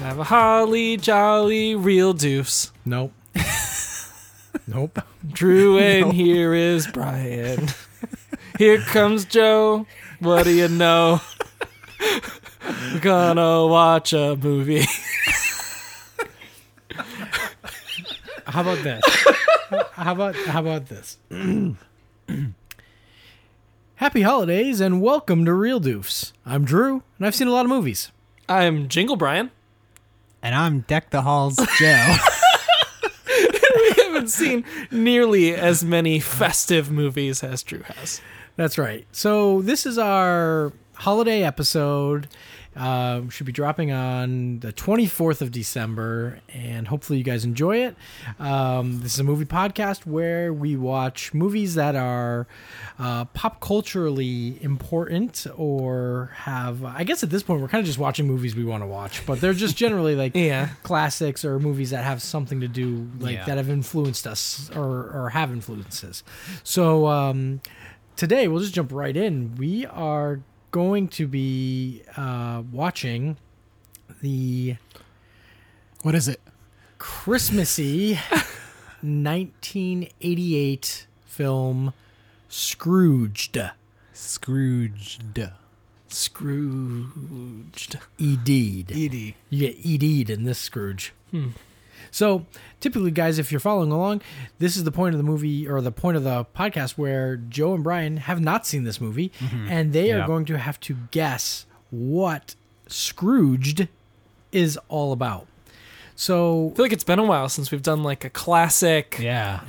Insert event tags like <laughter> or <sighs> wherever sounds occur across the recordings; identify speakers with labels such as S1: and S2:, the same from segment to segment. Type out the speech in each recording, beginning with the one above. S1: a holly jolly real doofs.
S2: <laughs> Nope. nope.
S1: <laughs> Drew and here is <laughs> Brian. here comes Joe. What do you know? We're gonna watch a movie.
S2: How about this? how about how about this? <clears throat> Happy holidays and welcome to Real Doofs. I'm Drew, and I've seen a lot of movies.
S1: I'm Jingle Brian.
S3: And I'm Deck the Halls Joe. <laughs>
S1: I <laughs> haven't seen nearly as many festive movies as Drew has.
S2: That's right. So this is our holiday episode. Uh, should be dropping on the 24th of December, and hopefully you guys enjoy it. Um, this is a movie podcast where we watch movies that are uh, pop culturally important, or have I guess at this point we're kind of just watching movies we want to watch, but they're just generally like
S1: Yeah.
S2: classics or movies that have something to do like
S3: Yeah.
S2: that have influenced us or or have influences. So um, today we'll just jump right in. We are going to be uh, watching the
S3: what is it?
S2: Christmassy 1988 film Scrooged.
S3: Scrooged.
S1: Scrooged.
S2: E Indeed.
S1: Edie.
S2: You get ED'd in this Scrooge. So typically, guys, if you're following along, this is the point of the movie or the point of the podcast where Joe and Brian have not seen this movie, and they
S3: Yeah.
S2: are going to have to guess what Scrooged is all about. So
S1: I feel like it's been a while since we've done like a classic
S3: Yeah.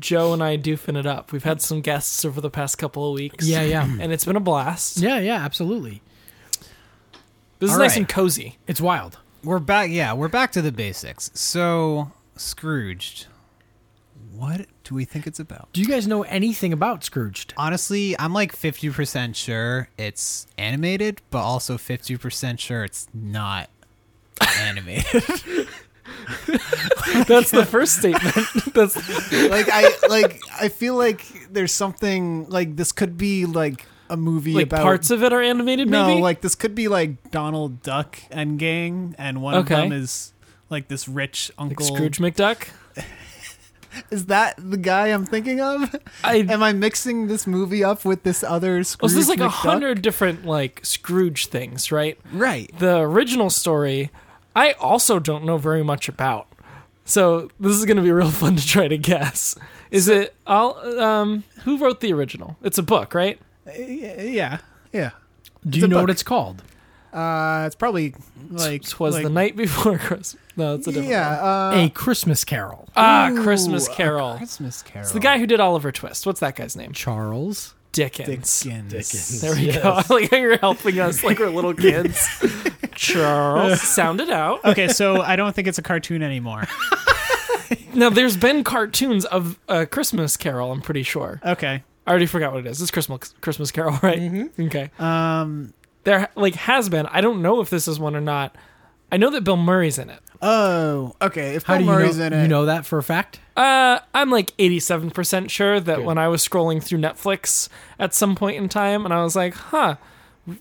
S1: Joe and I doofing it up. We've had some guests over the past couple of weeks.
S2: yeah, yeah,
S1: <clears throat> And it's been a blast.
S2: yeah, yeah, absolutely.
S1: This is
S3: All
S1: nice
S3: right.
S1: and cozy.
S2: It's wild.
S3: We're back. Yeah, we're back to the basics. So, Scrooged. What do we think it's about?
S2: Do you guys know anything about Scrooged?
S3: Honestly, I'm like 50% sure it's animated, but also 50% sure it's not
S1: <laughs>
S3: animated.
S1: That's the first statement. That's
S4: like I like I feel like there's something like this could be like a movie
S1: <laughs> like
S4: about
S1: parts of it are animated.
S4: no
S1: maybe?
S4: like this could be like Donald Duck and gang and one
S1: Okay.
S4: of them is like this rich
S1: Like
S4: uncle
S1: Scrooge McDuck.
S4: is that the guy I'm thinking of <laughs>
S1: I
S4: am I mixing this movie up with this other Scrooge
S1: was this like a
S4: McDuck?
S1: hundred different like Scrooge things, right?
S3: right.
S1: The original story, I also don't know very much about. So this is going to be real <laughs> fun to try to guess. Is it all? Um, who wrote the original? It's a book, right?
S4: Uh, yeah yeah
S2: Do you
S4: a
S2: know what
S4: book.
S2: it's called?
S4: uh it's probably like
S1: Twas
S4: like,
S1: the night <laughs> before Christmas. No, it's a different.
S4: yeah
S1: one.
S4: uh,
S2: a Christmas Carol.
S1: Ah, Christmas Carol.
S3: Christmas Carol.
S1: It's the guy who did Oliver Twist. What's that guy's name?
S2: Charles.
S1: Dickens.
S4: Dickens.
S1: There we go. <laughs> like you're helping us like we're little kids. Charles, sound it out.
S4: <laughs> okay so I don't think it's a cartoon anymore
S1: Now there's been cartoons of uh, Christmas Carol. I'm pretty sure.
S4: okay
S1: I already forgot what it is. It's Christmas Christmas Carol, <laughs> right? Mm-hmm. Okay.
S4: um
S1: There like has been. I don't know if this is one or not. I know that Bill Murray's in it.
S4: oh okay if
S2: How
S4: Bill
S2: do you
S4: Murray's
S2: know?
S4: in it
S2: You know that for a fact.
S1: Uh, I'm like 87% sure that when I was scrolling through Netflix at some point in time, and I was like, huh,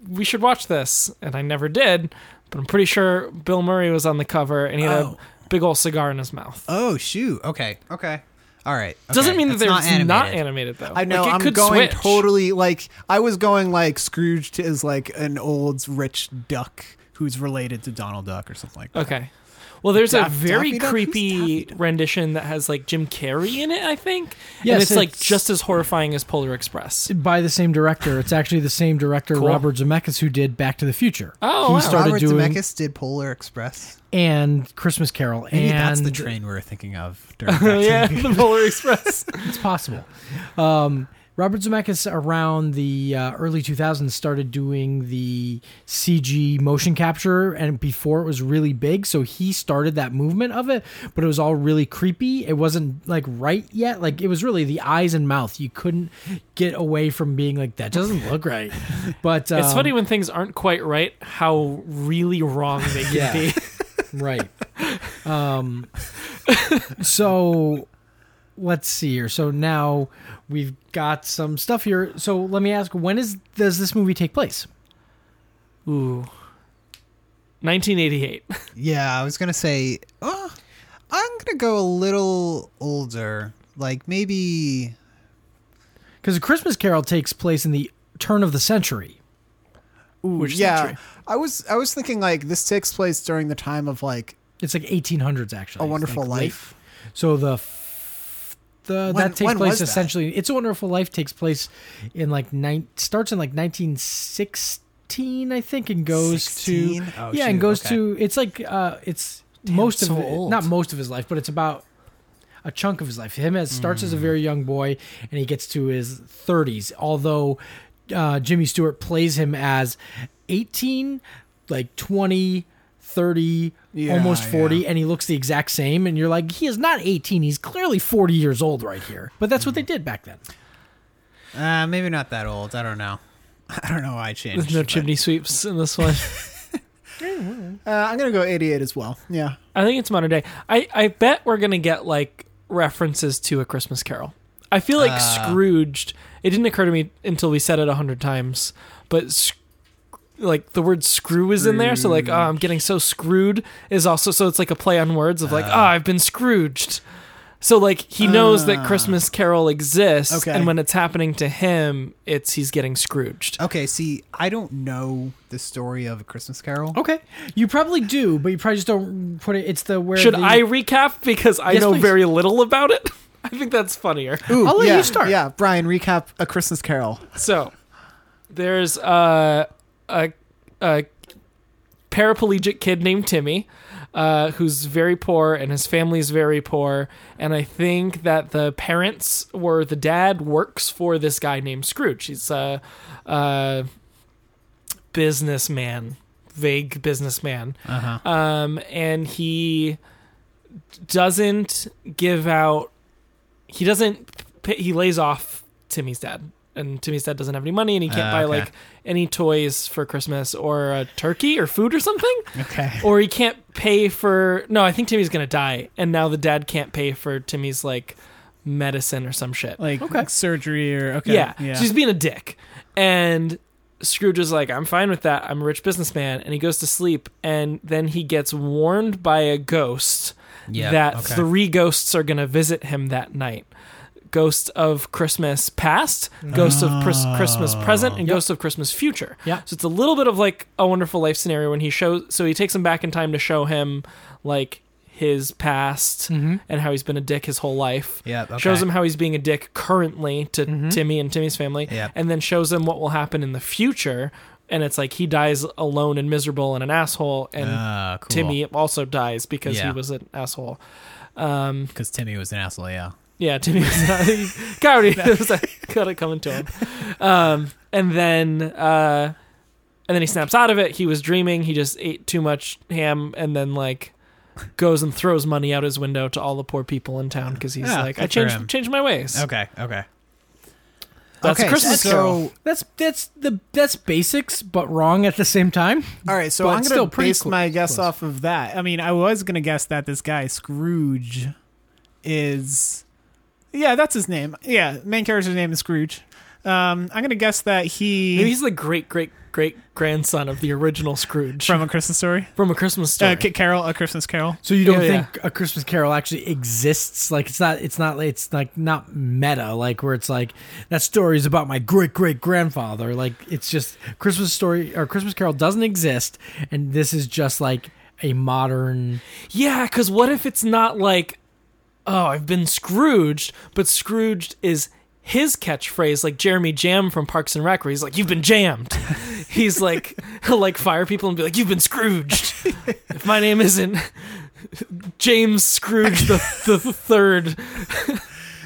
S1: we should watch this. And I never did, but I'm pretty sure Bill Murray was on the cover and he had
S3: Oh.
S1: a big old cigar in his mouth.
S3: Oh, shoot. Okay. Okay. All right. Okay.
S1: Doesn't mean that
S3: It's
S1: they're
S3: not animated.
S1: not animated, though.
S4: I know.
S1: Like, it
S4: I'm
S1: could
S4: going
S1: switch.
S4: totally like I was going like Scrooge is like an old rich duck who's related to Donald Duck or something
S2: Uh,
S4: like that.
S1: Okay. Well, there's a
S4: Daff-
S1: very
S4: Daffy Duck? Who's
S1: creepy
S4: Daffy Duck?
S1: rendition that has like Jim Carrey in it, I think.
S2: Yes,
S1: and it's, like
S2: it's-
S1: just as horrifying as Polar Express.
S2: by the same director. It's actually the same director,
S1: Cool.
S2: Robert Zemeckis, who did Back to the Future
S1: Oh,
S2: He
S1: wow.
S2: started
S3: Robert
S2: doing-
S3: Zemeckis did Polar Express.
S2: and Christmas Carol.
S3: Maybe
S2: and
S3: that's the train we were thinking of.
S2: <laughs>
S3: During that
S1: yeah, the
S4: <laughs>
S1: Polar Express.
S2: It's possible. Um, Robert Zemeckis around the uh, early 2000s started doing the CG motion capture, and before it was really big, so he started that movement of it. But it was all really creepy. It wasn't like right yet. Like it was really the eyes and mouth. You couldn't get away from being like that doesn't look right. But um,
S1: It's funny when things aren't quite right, how really wrong they can
S2: Yeah.
S1: be.
S2: <laughs> right um so let's see here so now we've got some stuff here so let me ask when is does this movie take place
S1: Ooh. 1988.
S3: Yeah, I was gonna say.
S4: uh,
S3: Oh, I'm gonna go a little older, like maybe.
S2: Because A Christmas Carol takes place in the turn of the century.
S1: Which
S4: yeah,
S1: century?
S4: I was I was thinking like this takes place during the time of like
S2: It's like 1800s, actually.
S4: A
S2: It's
S4: Wonderful
S2: like
S4: Life.
S2: late- So the. f- The,
S4: When-
S2: that takes
S4: when
S2: place
S4: was that?
S2: essentially. It's a Wonderful Life takes place in like nine starts in like 1916, I think, and goes
S4: 16?
S2: to
S3: Oh,
S2: yeah, and
S3: shoot,
S2: goes
S3: okay.
S2: to it's like uh it's most
S1: it's
S2: of
S1: so
S2: it-
S1: old.
S2: not most of his life, but it's about a chunk of his life. Him as starts
S3: Mm.
S2: as a very young boy and he gets to his 30s. Although uh, Jimmy Stewart plays him as 18, like 20, 30,
S4: Yeah,
S2: almost 40,
S4: yeah.
S2: and he looks the exact same. And you're like, he is not 18. He's clearly 40 years old right here. But that's
S3: Mm.
S2: what they did back then.
S3: Uh, maybe not that old. I don't know. <laughs> I don't know why I changed.
S1: There's no
S3: but-
S1: chimney sweeps in this one.
S4: Uh, I'm gonna go 88 as well. Yeah,
S1: I think it's modern day. I, I bet we're gonna get like references to a Christmas Carol. I feel like
S3: Uh.
S2: Ah.
S1: Scrooged. It didn't occur to me until we said it a hundred times, but sc- like the word "screw" is in there, so like oh, I'm getting so screwed is also so it's like a play on words of like ah I've been Scrooged. So like he knows
S2: Ah.
S1: that Christmas Carol exists,
S4: Okay.
S1: and when it's happening to him, it's he's getting Scrooged.
S3: Okay, see, I don't know the story of a Christmas Carol.
S2: Okay. You probably do, but you probably just don't put it. It's the where.
S1: Should
S2: the-
S1: I recap because I
S2: Yes,
S1: know
S2: please.
S1: very little about it? <laughs> I think that's
S2: <laughs>
S1: funnier.
S4: Ooh,
S2: I'll let
S4: yeah,
S2: you start.
S4: Yeah, Brian, recap a Christmas Carol.
S1: So there's uh, a a paraplegic kid named Timmy uh, who's very poor and his family's very poor and I think that the parents were the dad works for this guy named Scrooge. He's a, a businessman, vague businessman,
S3: Uh huh.
S1: um, and he doesn't give out. He doesn't. Pay, he lays off Timmy's dad, and Timmy's dad doesn't have any money, and he can't
S3: Ah,
S1: buy
S3: okay.
S1: like any toys for Christmas or a turkey or food or something. <laughs>
S3: Okay.
S1: or he can't pay for. No, I think Timmy's gonna die, and now the dad can't pay for Timmy's like medicine or some shit.
S4: Like
S2: Okay.
S4: surgery or okay.
S1: Yeah. So he's being a dick. And Scrooge is like, I'm fine with that. I'm a rich businessman. And he goes to sleep. And then he gets warned by a ghost
S3: Yeah.
S1: that
S3: okay.
S1: three ghosts are going to visit him that night Ghost of Christmas past, Ghost of Pris- Christmas present, and Ghost of Christmas future.
S2: Yeah.
S1: So it's a little bit of like a wonderful life scenario when he shows, so he takes him back in time to show him like his past
S2: Mm. Mm-hmm.
S1: and how he's been a dick his whole life
S3: Yep, okay. Mm-hmm.
S1: shows him how he's being a dick currently to Timmy and Timmy's family,
S3: Yep.
S1: and then shows him what will happen in the future. And it's like he dies alone and miserable and an asshole, and
S3: Ah, cool.
S1: Timmy also dies because he
S3: Yeah.
S1: was an asshole. Um,
S3: because Timmy was an asshole. Yeah.
S1: Yeah, Timmy was not. <laughs> he- God, he was like, got it coming to him. Um, and then, uh, and then he snaps out of it. He was dreaming. He just ate too much ham, and then like goes and throws money out his window to all the poor people in town because he's
S3: Yeah,
S1: like,
S3: good
S1: I
S3: for
S1: changed
S3: him."
S1: changed my ways.
S3: Okay. Okay.
S1: That's a
S4: Okay,
S1: Christmas
S4: so-
S1: Carol.
S2: That's that's the that's basics, but wrong at the same time.
S4: All right, so
S2: But
S4: I'm gonna
S2: still pretty
S4: base
S2: clo-
S4: my guess
S2: close.
S4: off of that. I mean, I was gonna guess that this guy Scrooge is, yeah, that's his name. Yeah, main character's name is Scrooge. Um, I'm gonna guess that he
S1: Maybe he's the great great great grandson of the original Scrooge from,
S4: from a Christmas story.
S1: a Christmas story.
S4: Uh, K- Carol, a Christmas Carol.
S2: So you don't
S1: Yeah, yeah.
S2: think a Christmas Carol actually exists? Like it's not it's not it's like not meta, like where it's like that story is about my great great grandfather. Like it's just Christmas story or Christmas Carol doesn't exist, and this is just like a modern.
S1: yeah, because what if it's not like, oh, I've been Scrooged, but Scrooged is his catchphrase, like Jeremy Jam from Parks and Rec, where he's like, "You've been
S4: <laughs>
S1: jammed." he's like, <laughs> he'll like fire people and be like, "You've been Scrooged."
S4: <laughs>
S1: if my name isn't James Scrooge the, the third,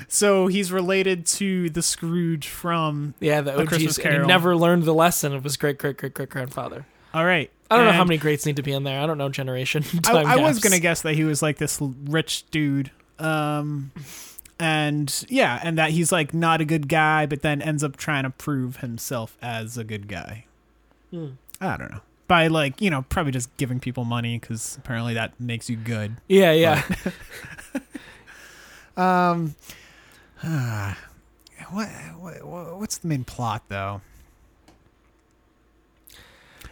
S4: So he's related to the Scrooge from.
S1: yeah, the OG's,
S4: Christmas
S1: and he
S4: Carol.
S1: never learned the lesson of his great great great great grandfather.
S4: All right,
S1: I don't know
S4: and
S1: how many greats need to be in there. I don't know generation. <laughs>
S4: I,
S1: time
S4: I was
S1: gaps.
S4: gonna guess that he was like this l- rich dude. Um. And yeah, and that he's like not a good guy, but then ends up trying to prove himself as a good guy.
S1: Hmm.
S4: I don't know. By like, you know, probably just giving people money because apparently that makes you good.
S1: Yeah, yeah.
S3: <sighs>
S4: Um,
S3: What, what? What's the main plot though?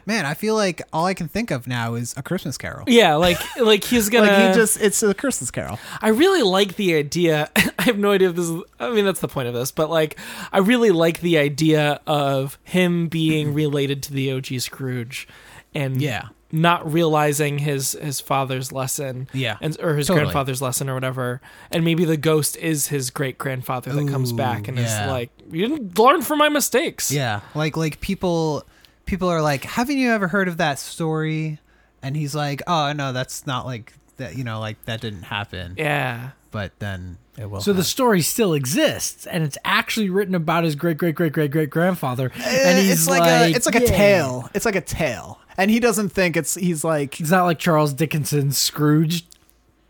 S3: Man, I feel like all I can think of now is a Christmas Carol.
S1: <laughs> Yeah, like like he's gonna. Mm-hmm.
S4: like he just it's a Christmas Carol.
S1: I really like the idea. <laughs> I have no idea if this is. I mean, that's the point of this, but like, I really like the idea of him
S3: Hmm.
S1: being related to the OG Scrooge, and
S2: Yeah.
S1: not realizing his his father's lesson,
S3: Yeah.
S1: and or his
S3: Totally.
S1: grandfather's lesson or whatever, and maybe the ghost is his great grandfather that comes
S3: Ooh,
S1: back and
S3: yeah.
S1: is like, "You didn't learn from my mistakes."
S3: Yeah, like like people people are like, haven't you ever heard of that story? And he's like, oh no, that's not like that. You know, like that didn't happen.
S1: yeah.
S3: But then it will.
S2: So the
S3: happen.
S2: story still exists, and it's actually written about his great great great great great grandfather, and
S4: Eh,
S2: he's
S4: it's like, a it's like a
S2: "Yeah."
S4: tale. It's like a tale, and he doesn't think it's he's like
S2: It's not like Charles Dickinson's Scrooge.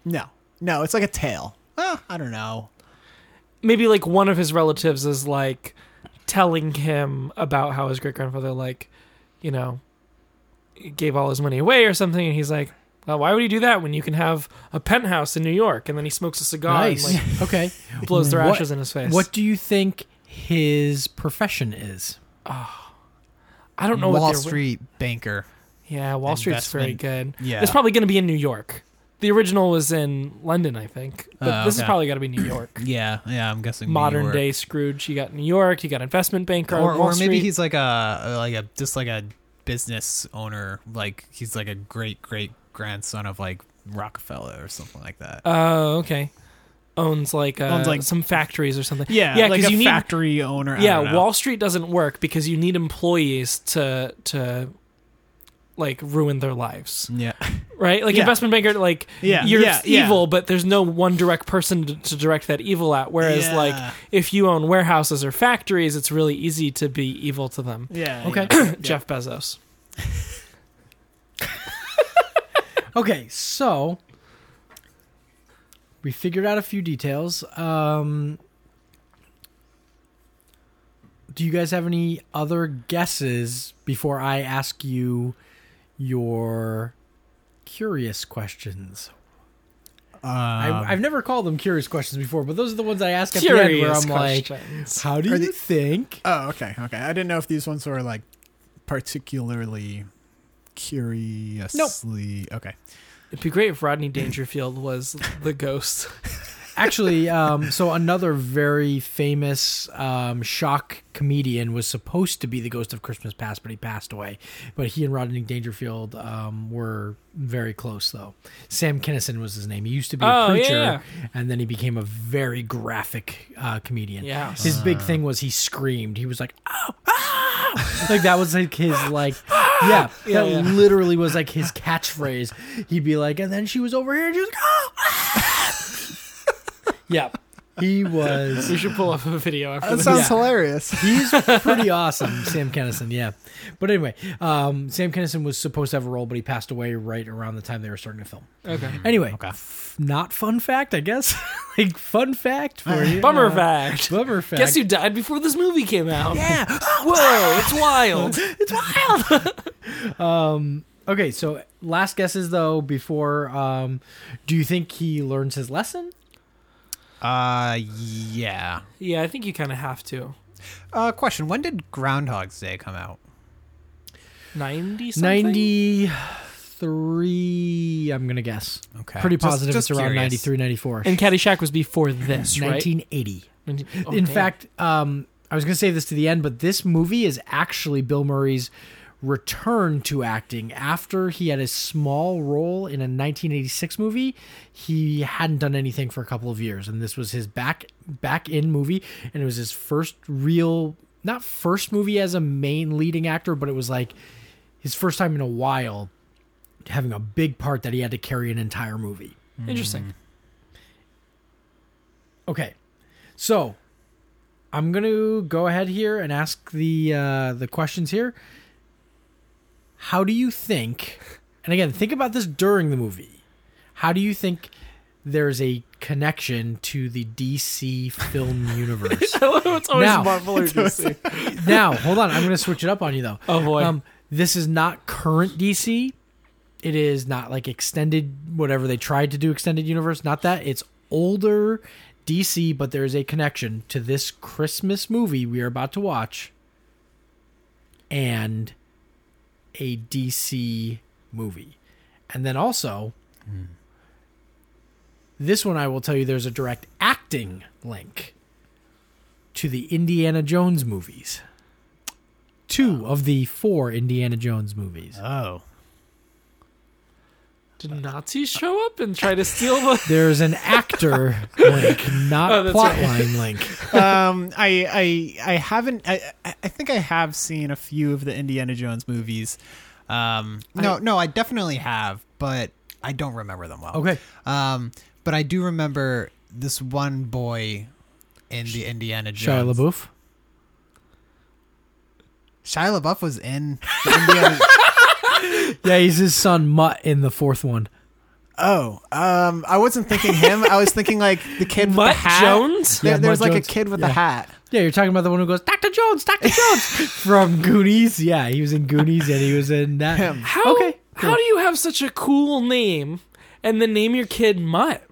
S4: no no. It's like a tale. Ah, I don't know.
S1: maybe like one of his relatives is like telling him about how his great grandfather like you know gave all his money away or something and he's like well, why would he do that when you can have a penthouse in New York? And then he smokes a cigar
S2: Nice. <laughs>
S1: and
S2: okay.
S1: like blows their
S2: What-
S1: ashes in his face.
S2: What do you think his profession is?
S1: I don't know
S3: Wall
S1: what they're-
S3: Street banker.
S1: Yeah, Wall Street's very good.
S3: Yeah.
S1: it's probably going to be in New York. The original was in London, I think, but
S3: Oh,
S1: this is
S3: okay.
S1: probably got to be New York.
S3: Yeah, yeah. I'm guessing New
S1: Modern
S3: York.
S1: day Scrooge. You got New York. You got investment banker.
S3: or,
S1: Wall
S3: or maybe
S1: Street.
S3: he's like a like a just like a business owner. Like he's like a great great grandson of like Rockefeller or something like that.
S4: Uh,
S1: Oh, okay. Owns like uh,
S4: Owns, like-
S1: some factories or something.
S4: Yeah,
S1: yeah,
S4: like
S1: because
S4: a
S1: you need.
S4: factory owner. I don't
S1: yeah,
S4: know.
S1: Wall Street doesn't work because you need employees to to like ruin their lives,
S3: yeah,
S1: right? Like
S4: Yeah.
S1: investment banker, like
S4: Yeah,
S1: you're
S4: yeah, yeah.
S1: evil, but there's no one direct person to, to direct that evil at. Whereas
S4: Yeah.
S1: like if you own warehouses or factories, it's really easy to be evil to them. <coughs>
S4: Yeah.
S2: Okay.
S4: <coughs> yeah.
S1: Jeff Bezos.
S2: Okay, so we figured out a few details. Um, do you guys have any other guesses before I ask you your curious questions?
S4: Um,
S2: I, I've never called them curious questions before, but those are the ones I ask at the end where
S1: Curious
S2: I'm like,
S1: questions.
S2: "How do
S4: Are
S2: you
S4: they-
S2: think?"
S4: Oh, okay, okay. I didn't know if these ones were like particularly curiously. Okay.
S1: It'd be great if Rodney Dangerfield was the
S4: <laughs>
S1: ghost.
S2: Actually, um, so another very famous um, shock comedian was supposed to be the ghost of Christmas Past, but he passed away. But he and Rodney Dangerfield um, were very close, though. Sam Kinison was his name. He used to be a
S1: Oh, yeah,
S2: preacher,
S1: yeah.
S2: and then he became a very graphic uh, comedian.
S1: Yeah.
S2: His big thing was he screamed. He was like, "Oh, ah!" like that was like his
S1: <laughs>
S2: like, yeah,
S1: Yeah,
S2: that
S1: yeah.
S2: literally was like his catchphrase. He'd be like, and then she was over here, and she was like, "Oh, yeah. He was
S1: We should pull up a video after
S4: That
S1: this.
S4: sounds
S2: Yeah.
S4: hilarious.
S1: <laughs>
S2: he's pretty awesome, Sam Kennison, yeah. But anyway, um, Sam Kennison was supposed to have a role, but he passed away right around the time they were starting to film.
S1: Okay.
S2: Anyway, f- not fun fact, I guess. <laughs> like fun fact for you.
S1: <laughs> Bummer fact.
S2: Bummer fact.
S1: Guess who died before this movie came out?
S2: Yeah.
S1: <laughs> Whoa,
S2: <laughs>
S1: it's wild.
S2: Okay, so last guesses though before um do you think he learns his lesson?
S3: uh, yeah.
S1: yeah, I think you kind of have to.
S3: Uh, question: When did Groundhog's Day come out?
S1: 90 something?
S2: 93 I'm going to guess.
S3: Okay.
S2: Pretty
S3: Just-
S2: positive
S3: just
S2: it's around
S3: curious.
S2: ninety three, ninety four.
S1: And Caddyshack was before this, right?
S2: 1980.
S1: Oh,
S2: in
S1: damn.
S2: fact, um, I was going to say this to the end, but this movie is actually Bill Murray's return to acting after he had a small role in a 1986 movie. He hadn't done anything for a couple of years, and this was his back back in movie, and it was his first real not first movie as a main leading actor, but it was like his first time in a while having a big part that he had to carry an entire movie.
S1: interesting.
S2: Okay, so I'm gonna go ahead here and ask the uh, the questions here. How do you think? And again, think about this during the movie. How do you think there's a connection to the DC film
S1: <laughs>
S2: universe?
S1: it's always
S2: Hmm. Now-
S1: Marvel or DC.
S2: now, hold on. I'm gonna switch it up on you though.
S1: Oh, boy.
S2: Um, this is not current DC. It is not like extended whatever they tried to do extended universe. Not that it's older DC, but there is a connection to this Christmas movie we are about to watch and a DC movie. And then also, this one I will tell you there's a direct acting link to the Indiana Jones movies. Two of the four Indiana Jones movies.
S4: Oh.
S1: Did Nazis show up and try to steal
S2: <laughs>
S1: the?
S2: There's an actor
S1: <laughs>
S2: link, not
S1: Oh, that's right.
S2: plotline link.
S4: um, I, I I haven't. I I I think I have seen a few of the Indiana Jones movies.
S3: Um, no, no, I definitely have, but I don't remember them well.
S2: Okay.
S3: Um, but I do remember this one boy in the Indiana
S2: Shia
S3: Jones.
S2: LaBeouf.
S3: Shia LaBeouf was in
S4: <laughs>
S3: the Indiana.
S2: Yeah, he's his son Mutt in the fourth one.
S4: Oh,
S3: um, I wasn't thinking him. I was thinking like the kid with the
S1: Mutt
S3: hat.
S1: Jones?
S3: There,
S2: Yeah,
S3: there's
S2: Mutt
S3: like
S2: Jones.
S3: a kid with
S2: Yeah.
S3: a hat.
S2: Yeah, you're talking about the one who goes, Dr. Jones, Dr. Jones <laughs> from Goonies. Yeah, he was in Goonies and he was in that.
S1: How?
S2: Okay.
S1: How do you have such a cool name and then name your kid Mutt?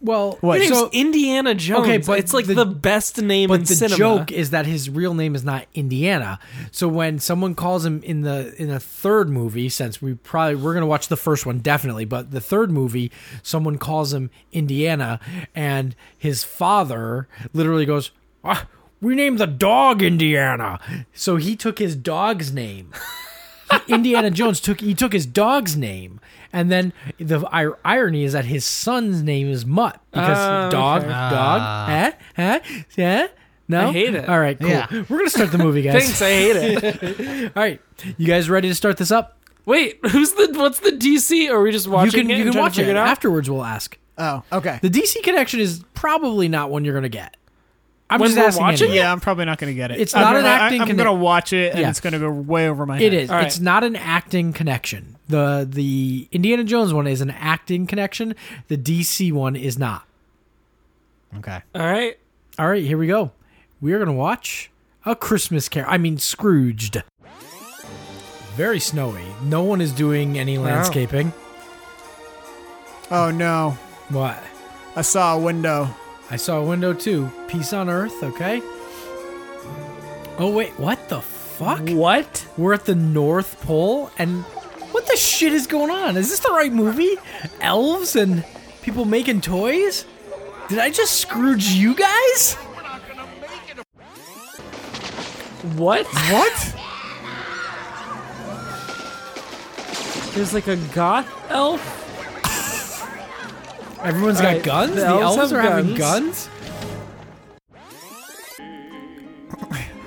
S2: Well,
S1: Your name's
S2: so,
S1: Indiana Jones.
S2: Okay, but
S1: it's like
S2: the-
S1: the, best name
S2: but
S1: in
S2: the
S1: cinema.
S2: joke is that his real name is not Indiana. So when someone calls him in the in the third movie, since we probably we're gonna watch the first one definitely, but the third movie, someone calls him Indiana, and his father literally goes, "Ah, "We named the dog Indiana." So he took his dog's name. <laughs> Indiana Jones took he took his dog's name, and then the ir- irony is that his son's name is Mutt because
S1: Oh,
S2: dog,
S1: okay.
S2: dog, eh, eh, eh. No,
S1: Ah. I hate it.
S2: All right, cool.
S3: Yeah.
S2: We're gonna start the
S1: <laughs>
S2: movie, guys.
S1: Thanks, I hate it.
S2: All right, you guys ready to start this up?
S1: Wait, <laughs> who's the? What's the DC? Are we just
S2: You
S1: watching
S2: can
S1: it?
S2: you
S1: and
S2: can
S1: trying to
S2: watch it
S1: figure out?
S2: afterwards. We'll ask.
S3: Oh, okay.
S2: The DC connection is probably not one you're gonna get. I'm
S1: When
S2: just
S1: we're
S2: asking
S1: watching
S2: anyway.
S4: yeah, I'm probably not gonna get it.
S2: It's
S4: I'm
S2: not
S4: gonna,
S2: an acting
S4: I, am
S2: conne-
S4: gonna watch it, and
S2: Yeah.
S4: it's gonna go way over my head.
S2: It is.
S1: All right.
S2: It's not an acting connection. The the Indiana Jones one is an acting connection. The DC one is not.
S3: okay.
S1: All right.
S2: All right, here we go. We are going to watch A Christmas Carol. I mean, Scrooged. Very snowy. No one is doing any landscaping.
S4: Oh no,
S2: What?
S4: I saw a window.
S2: I saw a window too. Peace on Earth, okay? Oh, wait. What the fuck?
S1: What?
S2: We're at the North Pole and. What the shit is going on? Is this the right movie? Elves and people making toys? Did I just Scrooge you guys?
S1: What?
S2: What?
S1: <laughs> There's like a goth elf.
S2: Everyone's
S1: All
S2: got
S1: right,
S2: guns.
S1: the
S2: The elves,
S1: elves have
S2: are having
S1: guns.
S2: guns.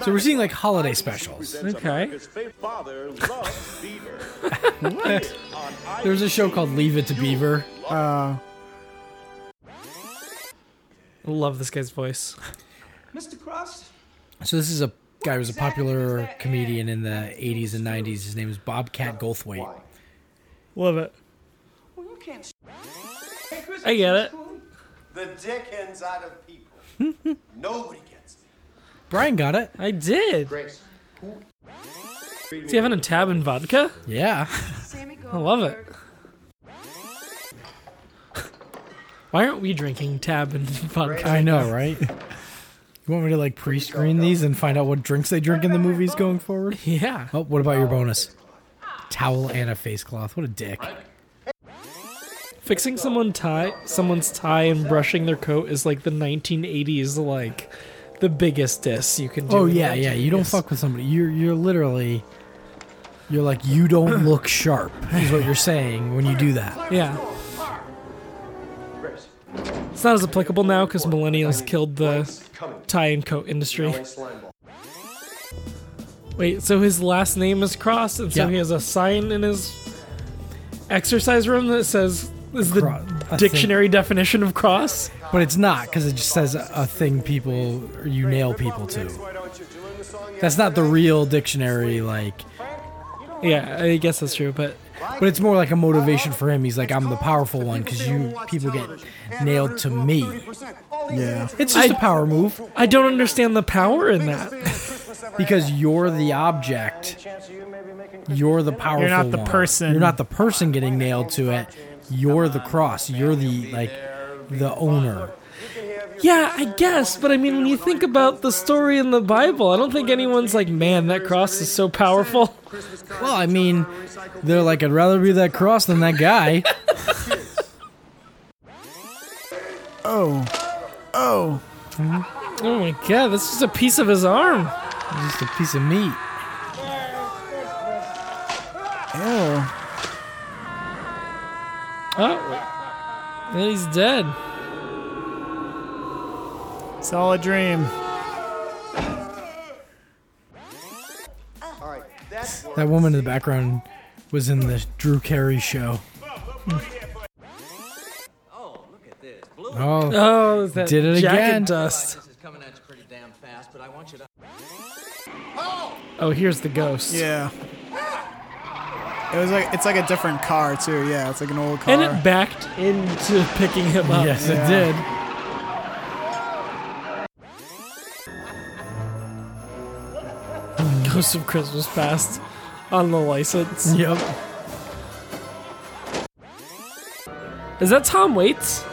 S2: So we're seeing like holiday specials.
S1: Okay.
S5: His favorite father loves Beaver.
S2: <laughs> There's a show called Leave It to Beaver.
S4: Uh,
S1: Love this guy's voice. <laughs>
S6: Mr. Cross?
S2: So this is a guy who was a popular comedian in the 80s and 90s. His name is Bobcat Goldthwait.
S1: Love it.
S6: Well, you can't. s- Hey, Chris,
S1: I get it.
S5: the dickens out of people. Nobody gets it.
S2: Brian got it.
S1: I did.
S5: Grace.
S1: Is he having a tab and vodka? <laughs>
S2: Yeah.
S7: Sammy
S1: I love it. <laughs> Why aren't we drinking tab and vodka? <laughs>
S2: I know, right? You want me to like pre-screen these and find out what drinks they drink in the movies going forward?
S1: Yeah.
S2: Oh, what about your bonus? Towel and a face cloth. What a dick.
S1: Fixing someone tie, someone's tie and brushing their coat is like the 1980s, like the biggest diss you can do.
S2: Oh
S1: in
S2: yeah,
S1: the
S2: yeah. You don't
S1: 1980s.
S2: fuck with somebody. You're you're literally you're like you don't look sharp is what you're saying when you do that.
S1: Yeah. It's not as applicable now because millennials killed the
S5: Coming.
S1: tie and coat industry.
S5: Play slime ball.
S1: Wait, so his last name is Cross, and so
S2: Yeah.
S1: he has a sign in his exercise room that says is the
S2: Cro- a thing.
S1: dictionary definition of cross.
S2: But it's not because it just says a, a thing people or you nail people to.
S5: Why don't you learn the song yet?
S2: That's not the real dictionary like,
S1: Yeah, I guess that's true, but
S2: but it's more like a motivation for him. He's like I'm the powerful one because you people get nailed to me.
S4: yeah.
S2: It's just a power move
S1: I don't understand the power in that.
S2: <laughs> because you're the object. You're the powerful.
S4: You're not the
S2: one.
S4: person.
S2: You're not the person getting nailed to it. You're the cross. You're the like the owner.
S1: Yeah, I guess, but I mean, when you think about the story in the Bible, I don't think anyone's like, man, that cross is so powerful.
S2: Well, I mean, they're like, I'd rather be that cross than that guy. <laughs>
S4: Oh. Oh.
S1: Oh my god, that's just a piece of his arm.
S2: Just a piece of meat.
S4: Ew.
S1: Oh, and he's dead.
S4: It's all a dream.
S5: All right, that's
S2: That woman in the background was in the Drew
S1: <laughs>
S2: Carey show.
S7: Oh, look at this. Blue
S2: Oh,
S1: Oh, that
S2: Did it
S1: jacket
S2: again.
S1: Dust.
S7: this is coming at you pretty damn fast, but I want you to
S1: Oh, here's the ghost.
S4: Yeah. It was like it's like a different car too. Yeah, it's like an old car.
S1: And it backed into picking him up.
S2: yes,
S4: yeah.
S2: it did.
S1: Ghost of Christmas Past on the license.
S2: Yep.
S1: Is that Tom Waits?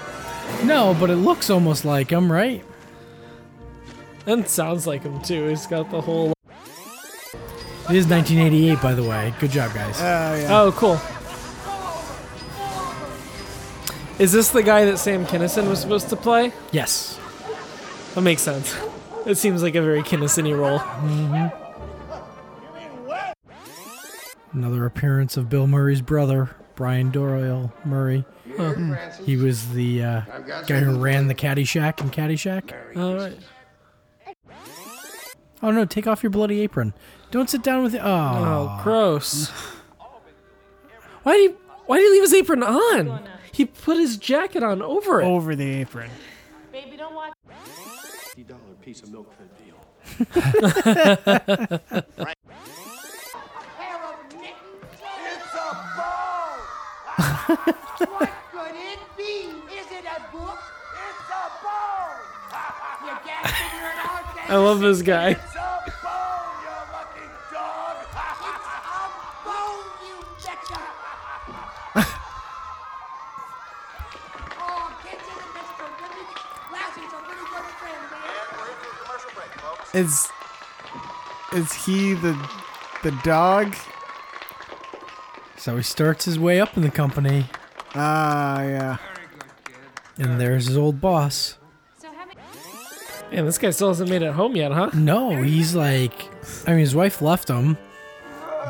S2: No, but it looks almost like him, right?
S1: And sounds like him too. He's got the whole.
S2: It is 1988, by the way. Good job, guys.
S4: Oh yeah.
S1: Oh, cool. Is this the guy that Sam Kinison was supposed to play?
S2: yes.
S1: That makes sense. It seems like a very Kinison role.
S2: Another appearance of Bill Murray's brother, Brian Doyle Murray. He was the uh, guy who ran the Caddyshack in Caddyshack.
S1: All right.
S2: Oh no! Take off your bloody apron. Don't sit down with. Oh,
S1: Oh, gross. Why did he, why did he leave his apron on? He put his jacket on over it.
S4: Over the apron.
S8: Baby, don't watch.
S5: $50 piece of milk for the deal.
S6: It's a ball! <laughs> what could it be? Is it a book? It's a ball! you can't figure it out, then
S1: I love this guy.
S6: It's a ball, you lucky dog! it's a bone, you betcha! oh, get to the Mr. Goodman. Lassie's a really good friend, man. Oh,
S4: Is is he the the dog?
S2: So he starts his way up in the company,
S4: Ah yeah.
S2: and there's his old boss.
S8: So having.
S1: Man, this guy still hasn't made it home yet, huh?
S2: No, he's like, I mean, his wife left him,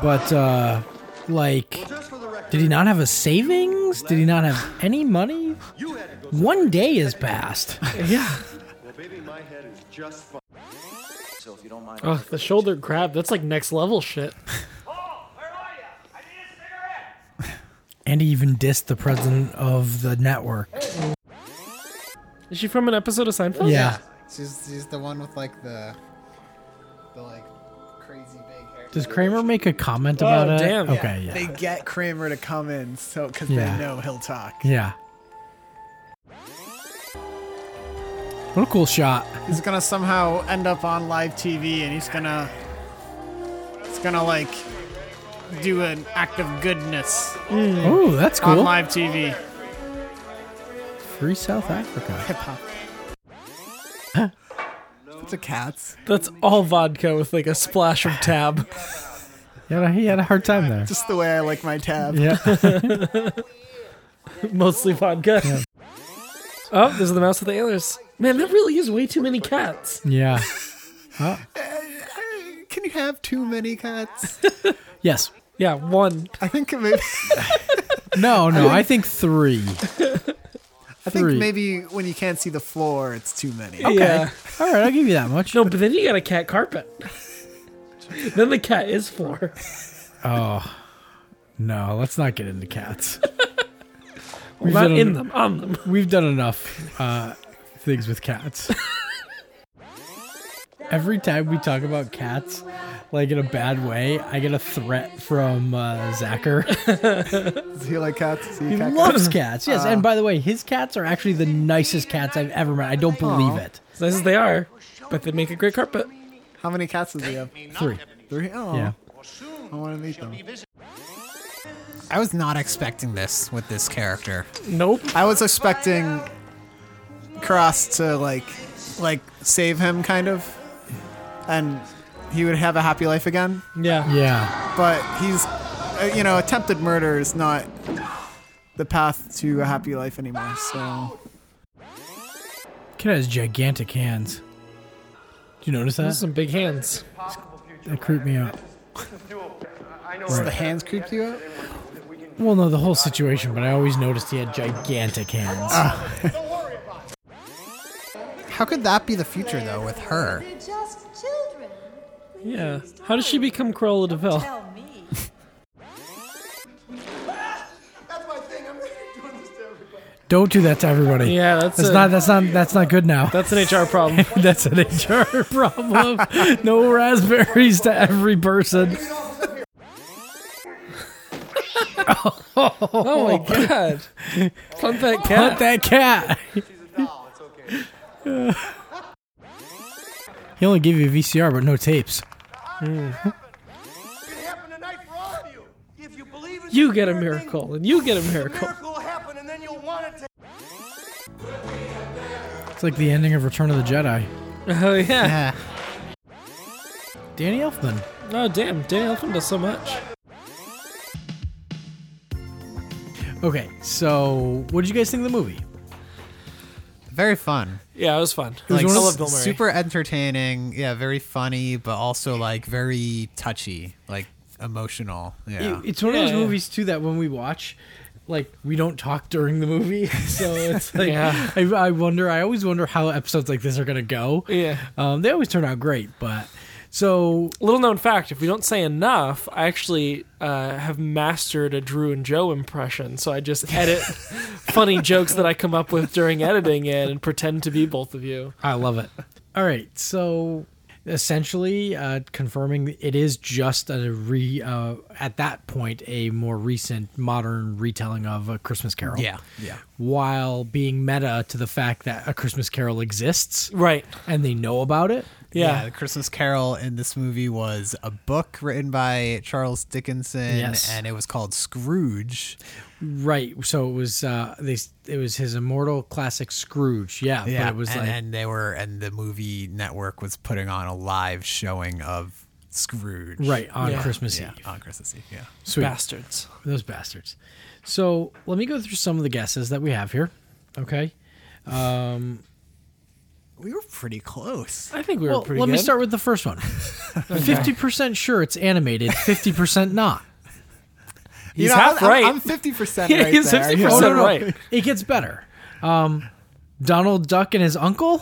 S2: but uh, like, did he not have a savings? Did he not have any money? One day has passed.
S1: Yeah.
S5: Well, baby, my head is just fine.
S7: so if you don't mind.
S1: Oh, the shoulder grab. That's like next level shit.
S6: Paul, where are you? I need a cigarette!
S2: And he even dissed the president of the network.
S1: Is she from an episode of Seinfeld?
S2: Yeah,
S3: She's, she's the one with like the the like crazy big hair.
S2: does Kramer make a comment about it?
S1: damn.
S2: Okay, yeah,
S4: They get Kramer to come in so because
S2: Yeah.
S4: they know he'll talk.
S2: yeah. What a cool shot!
S4: He's gonna somehow end up on live TV and he's gonna it's gonna like do an act of goodness
S2: Oh, that's
S4: on
S2: cool.
S4: live TV.
S2: Free South Africa.
S4: It's a cats.
S1: That's all vodka with like a splash of tab. <laughs>
S2: Yeah, he had a hard time
S4: <laughs>
S2: there.
S4: Just the way I like my tab.
S2: Yeah.
S1: Mostly vodka. Oh, there's the mouse with the antlers. Man, that really is way too many cats.
S2: Yeah.
S4: Can you have too many cats?
S2: Yes.
S1: Yeah, one.
S4: I think maybe <laughs>
S2: No, no, I think three.
S4: I think
S2: Three.
S4: maybe when you can't see the floor, it's too many.
S1: Yeah.
S2: All right, I'll give you that much.
S1: No, but then you got a cat carpet. <laughs> then the cat is four.
S2: Oh, no, let's not get into cats. We've
S1: Not
S2: done,
S1: in them, on them.
S2: We've done enough uh, things with cats. <laughs> Every time we talk about cats, like in a bad way, I get a threat from uh,
S4: <laughs>
S2: Zacher.
S4: Does he like cats? Does he
S2: He
S4: cat-
S2: loves cats. Yes,
S4: Uh.
S2: and by the way, his cats are actually the nicest cats I've ever met. I don't believe it.
S1: As nice as they are, but they make a great carpet.
S4: How many cats does he have?
S2: Three.
S4: Three? Oh,
S2: Yeah.
S4: I want to meet them.
S3: I was not expecting this with this character.
S1: Nope.
S4: I was expecting Cross to like like save him kind of and he would have a happy life again.
S1: Yeah.
S2: Yeah.
S4: But he's uh, you know, attempted murder is not the path to a happy life anymore. So
S2: Kid has gigantic hands. Do you notice
S1: Those are
S2: that?
S1: some big hands.
S2: That creeped me out.
S4: the hands creep you out?
S2: Well, no, the whole situation, but I always noticed he had gigantic hands.
S3: How could that be the future though with her?
S9: They're just children.
S1: Yeah. How does she become Cruella Deville?
S9: Tell me.
S5: That's my thing. I'm doing this to everybody.
S2: Don't do that to everybody.
S1: Yeah, that's
S2: that's
S1: a-
S2: not that's not that's not good
S1: <laughs>
S2: now.
S1: That's <laughs> an HR problem.
S2: That's an
S1: <laughs>
S2: HR problem. no raspberries to every person.
S1: oh my god. Pump that
S2: Hunt
S1: cat.
S2: that cat.
S5: She's
S2: <laughs>
S5: a doll. It's okay.
S2: He only gave you a VCR, but no tapes.
S5: It can happen tonight for all of you. If you believe it's
S1: You get a
S5: thing,
S1: miracle, and you get a
S5: The
S1: miracle.
S5: miracle will happen, and then you'll want it to.
S2: It's like the ending of Return of the Jedi.
S1: <laughs> Oh yeah.
S3: Yeah.
S2: Danny Elfman.
S1: Oh damn, Danny Elfman does so much.
S2: Okay, so what did you guys think of the movie?
S3: Very fun.
S1: Yeah, it was fun.
S3: Like,
S1: I
S3: s-
S1: love Bill Murray.
S3: super entertaining. Yeah, very funny, but also like very touchy, like emotional. Yeah.
S2: It- it's one
S1: Yeah,
S2: of those
S1: yeah.
S2: movies too that when we watch, like we don't talk during the movie, <laughs> so
S1: <laughs>
S2: it's like
S1: Yeah.
S2: I, I wonder. I always wonder how episodes like this are gonna go.
S1: Yeah.
S2: um, they always turn out great, but so
S1: Little known fact: if we don't say enough, I actually uh, have mastered a Drew and Joe impression. So I just <laughs> edit funny jokes that I come up with during editing it and pretend to be both of you.
S2: I love it. <laughs> All right, so essentially uh, confirming it is just a re uh, at that point a more recent modern retelling of a Christmas Carol.
S3: yeah. Yeah.
S2: while being meta to the fact that a Christmas Carol exists
S1: Right?
S2: and they know about it.
S1: Yeah.
S3: The Christmas Carol in this movie was a book written by Charles Dickinson,
S2: Yes.
S3: and it was called Scrooge.
S2: Right. So it was uh they it was his immortal classic Scrooge. Yeah. But it was
S3: and,
S2: like
S3: and they were, and the movie network was putting on a live showing of Scrooge.
S2: right on
S1: Yeah.
S2: Christmas
S3: Yeah,
S2: Eve.
S3: on Christmas Eve. Yeah.
S2: Sweet.
S1: Bastards.
S2: Those bastards. So let me go through some of the guesses that we have here. Okay.
S3: We were pretty close.
S1: I think we were
S2: Well,
S1: pretty.
S2: let me
S1: good.
S2: start with the
S1: <laughs>
S2: first one. Fifty percent sure it's animated, fifty
S1: <laughs>
S2: percent not.
S1: He's half
S3: I'm,
S1: right.
S2: <laughs>
S3: I'm 50%
S1: Yeah,
S3: right
S1: he's
S3: there.
S1: 50%
S3: Yeah.
S1: Oh, no, no. right.
S2: It gets better. Um Donald Duck and his uncle?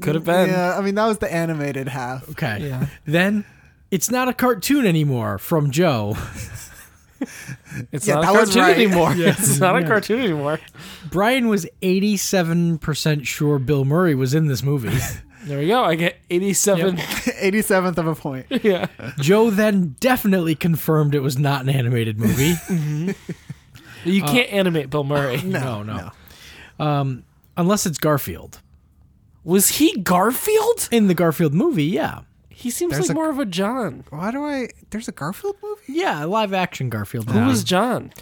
S1: Could have been.
S4: Yeah, I mean that was the animated half.
S3: <laughs>
S2: Okay.
S1: Yeah.
S2: Then it's not a cartoon anymore from Joe.
S1: It's
S3: Yeah,
S1: not a
S3: that was
S1: cartoon
S3: right.
S1: anymore. It's not a cartoon anymore.
S2: Brian was 87% sure Bill Murray was in
S1: <laughs>
S2: this movie.
S1: There we go. I get eighty-seven.
S4: 87th of
S2: <laughs>
S4: a point.
S1: Yeah.
S2: Joe then definitely confirmed it was not an
S1: <laughs>
S2: animated movie.
S1: <laughs> You can't animate Bill Murray. <laughs>
S2: no, no. Um, unless it's Garfield.
S1: Was he Garfield?
S2: In the Garfield movie, yeah.
S1: He seems
S3: There's
S1: like
S3: a-
S1: more of a John.
S3: Why do I? There's a Garfield movie.
S2: Yeah, live action Garfield.
S1: Who was John?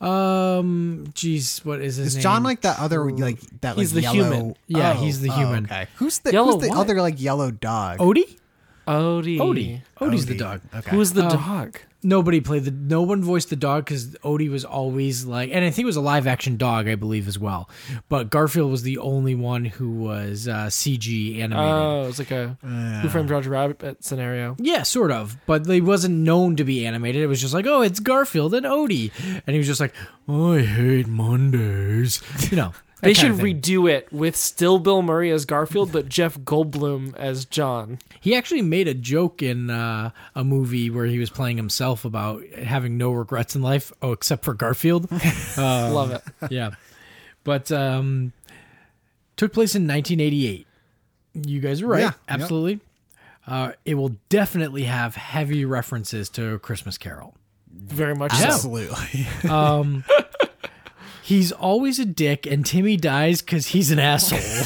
S2: um geez, what is his
S3: Is
S2: name?
S3: John like that other like that?
S1: He's
S3: like,
S1: the
S3: yellow...
S1: human.
S2: Yeah,
S3: Oh,
S2: he's the
S3: oh,
S2: human. Oh,
S3: okay. Who's the
S1: Yellow
S3: Who's the
S1: what?
S3: other like yellow dog?
S2: Odie?
S1: Odie. Oh.
S2: Odie. Odie's the
S3: Odie.
S2: dog.
S3: Okay.
S1: Who was the dog?
S2: Nobody played the no one voiced the dog because Odie was always like, and I think it was a live action dog, I believe as well. But Garfield was the only one who was uh, CG animated.
S1: Oh, it was like a Who Framed Roger Rabbit scenario.
S2: yeah, sort of, but they wasn't known to be animated. It was just like, oh, it's Garfield and Odie, and he was just like, I hate Mondays. You <laughs> know, that
S1: They
S2: kind
S1: should
S2: of thing.
S1: redo it with still Bill Murray as Garfield, but Jeff Goldblum as John.
S2: He actually made a joke in uh, a movie where he was playing himself about having no regrets in life, oh, except for
S1: <laughs>
S2: Garfield.
S1: Love it.
S2: yeah. But um took place in 1988. You guys are right.
S3: Yeah, yep.
S2: Absolutely. Uh, it will definitely have heavy references to A Christmas Carol.
S1: Very much so.
S3: Absolutely.
S2: He's always a dick, and Timmy dies because he's an asshole.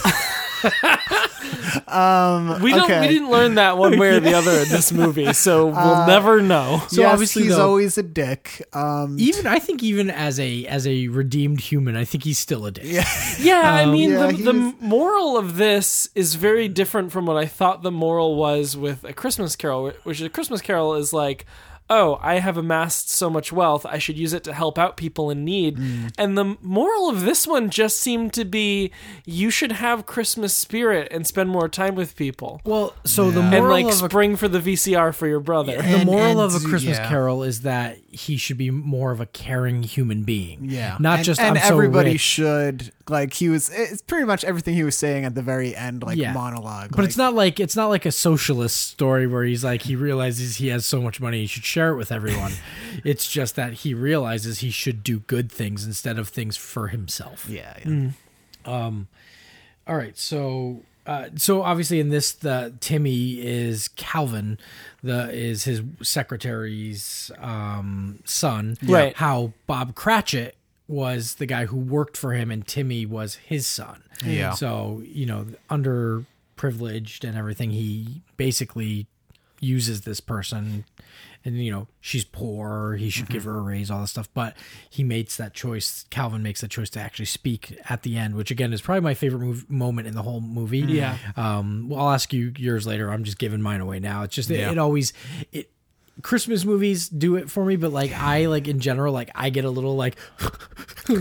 S1: We don't.
S4: Okay.
S1: We didn't learn that one way or the other in this movie, so we'll never know.
S2: So
S4: yes,
S2: obviously,
S4: he's
S2: though-
S4: always a dick. Um,
S2: Even I think even as a as a redeemed human, I think he's still a dick.
S1: Yeah, I mean,
S4: yeah,
S1: the,
S4: he
S1: the
S4: was-
S1: moral of this is very different from what I thought the moral was with A Christmas Carol, which A Christmas Carol is like, oh, I have amassed so much wealth, I should use it to help out people in need. And the moral of this one just seemed to be you should have Christmas spirit and spend more time with people.
S2: Well, so the
S1: And
S2: moral
S1: like
S2: of a
S1: spring for the VCR for your brother.
S2: the
S3: And-
S2: moral
S3: and
S2: of a
S3: do-
S2: Christmas
S3: yeah.
S2: Carol is that he should be more of a caring human being.
S4: Yeah,
S2: not
S4: and,
S2: just
S4: and
S2: "I'm so
S4: everybody
S2: rich."
S4: should like he was. It's pretty much everything he was saying at the very end, like
S2: Yeah.
S4: monologue.
S2: But it's not like it's not like a socialist story where he's like he realizes he has so much money he should share it with
S4: <laughs>
S2: everyone. it's just that he realizes he should do good things instead of things for himself.
S4: Yeah, yeah.
S2: Mm. All right, so uh, so obviously in this, the Timmy is Calvin, the is his secretary's um, son.
S1: Right.
S2: How Bob Cratchit was the guy who worked for him, and Timmy was his son.
S3: Yeah.
S2: So you know, underprivileged and everything, he basically uses this person. And you know she's poor. He should give her a raise, all this stuff. But he makes that choice. Calvin makes that choice to actually speak at the end, which again is probably my favorite move, moment in the whole movie.
S1: Yeah.
S2: Um. Well, I'll ask you yours later. I'm just giving mine away now. It's just it, it always it Christmas movies do it for me, but like I like in general, like I get a little like <laughs> like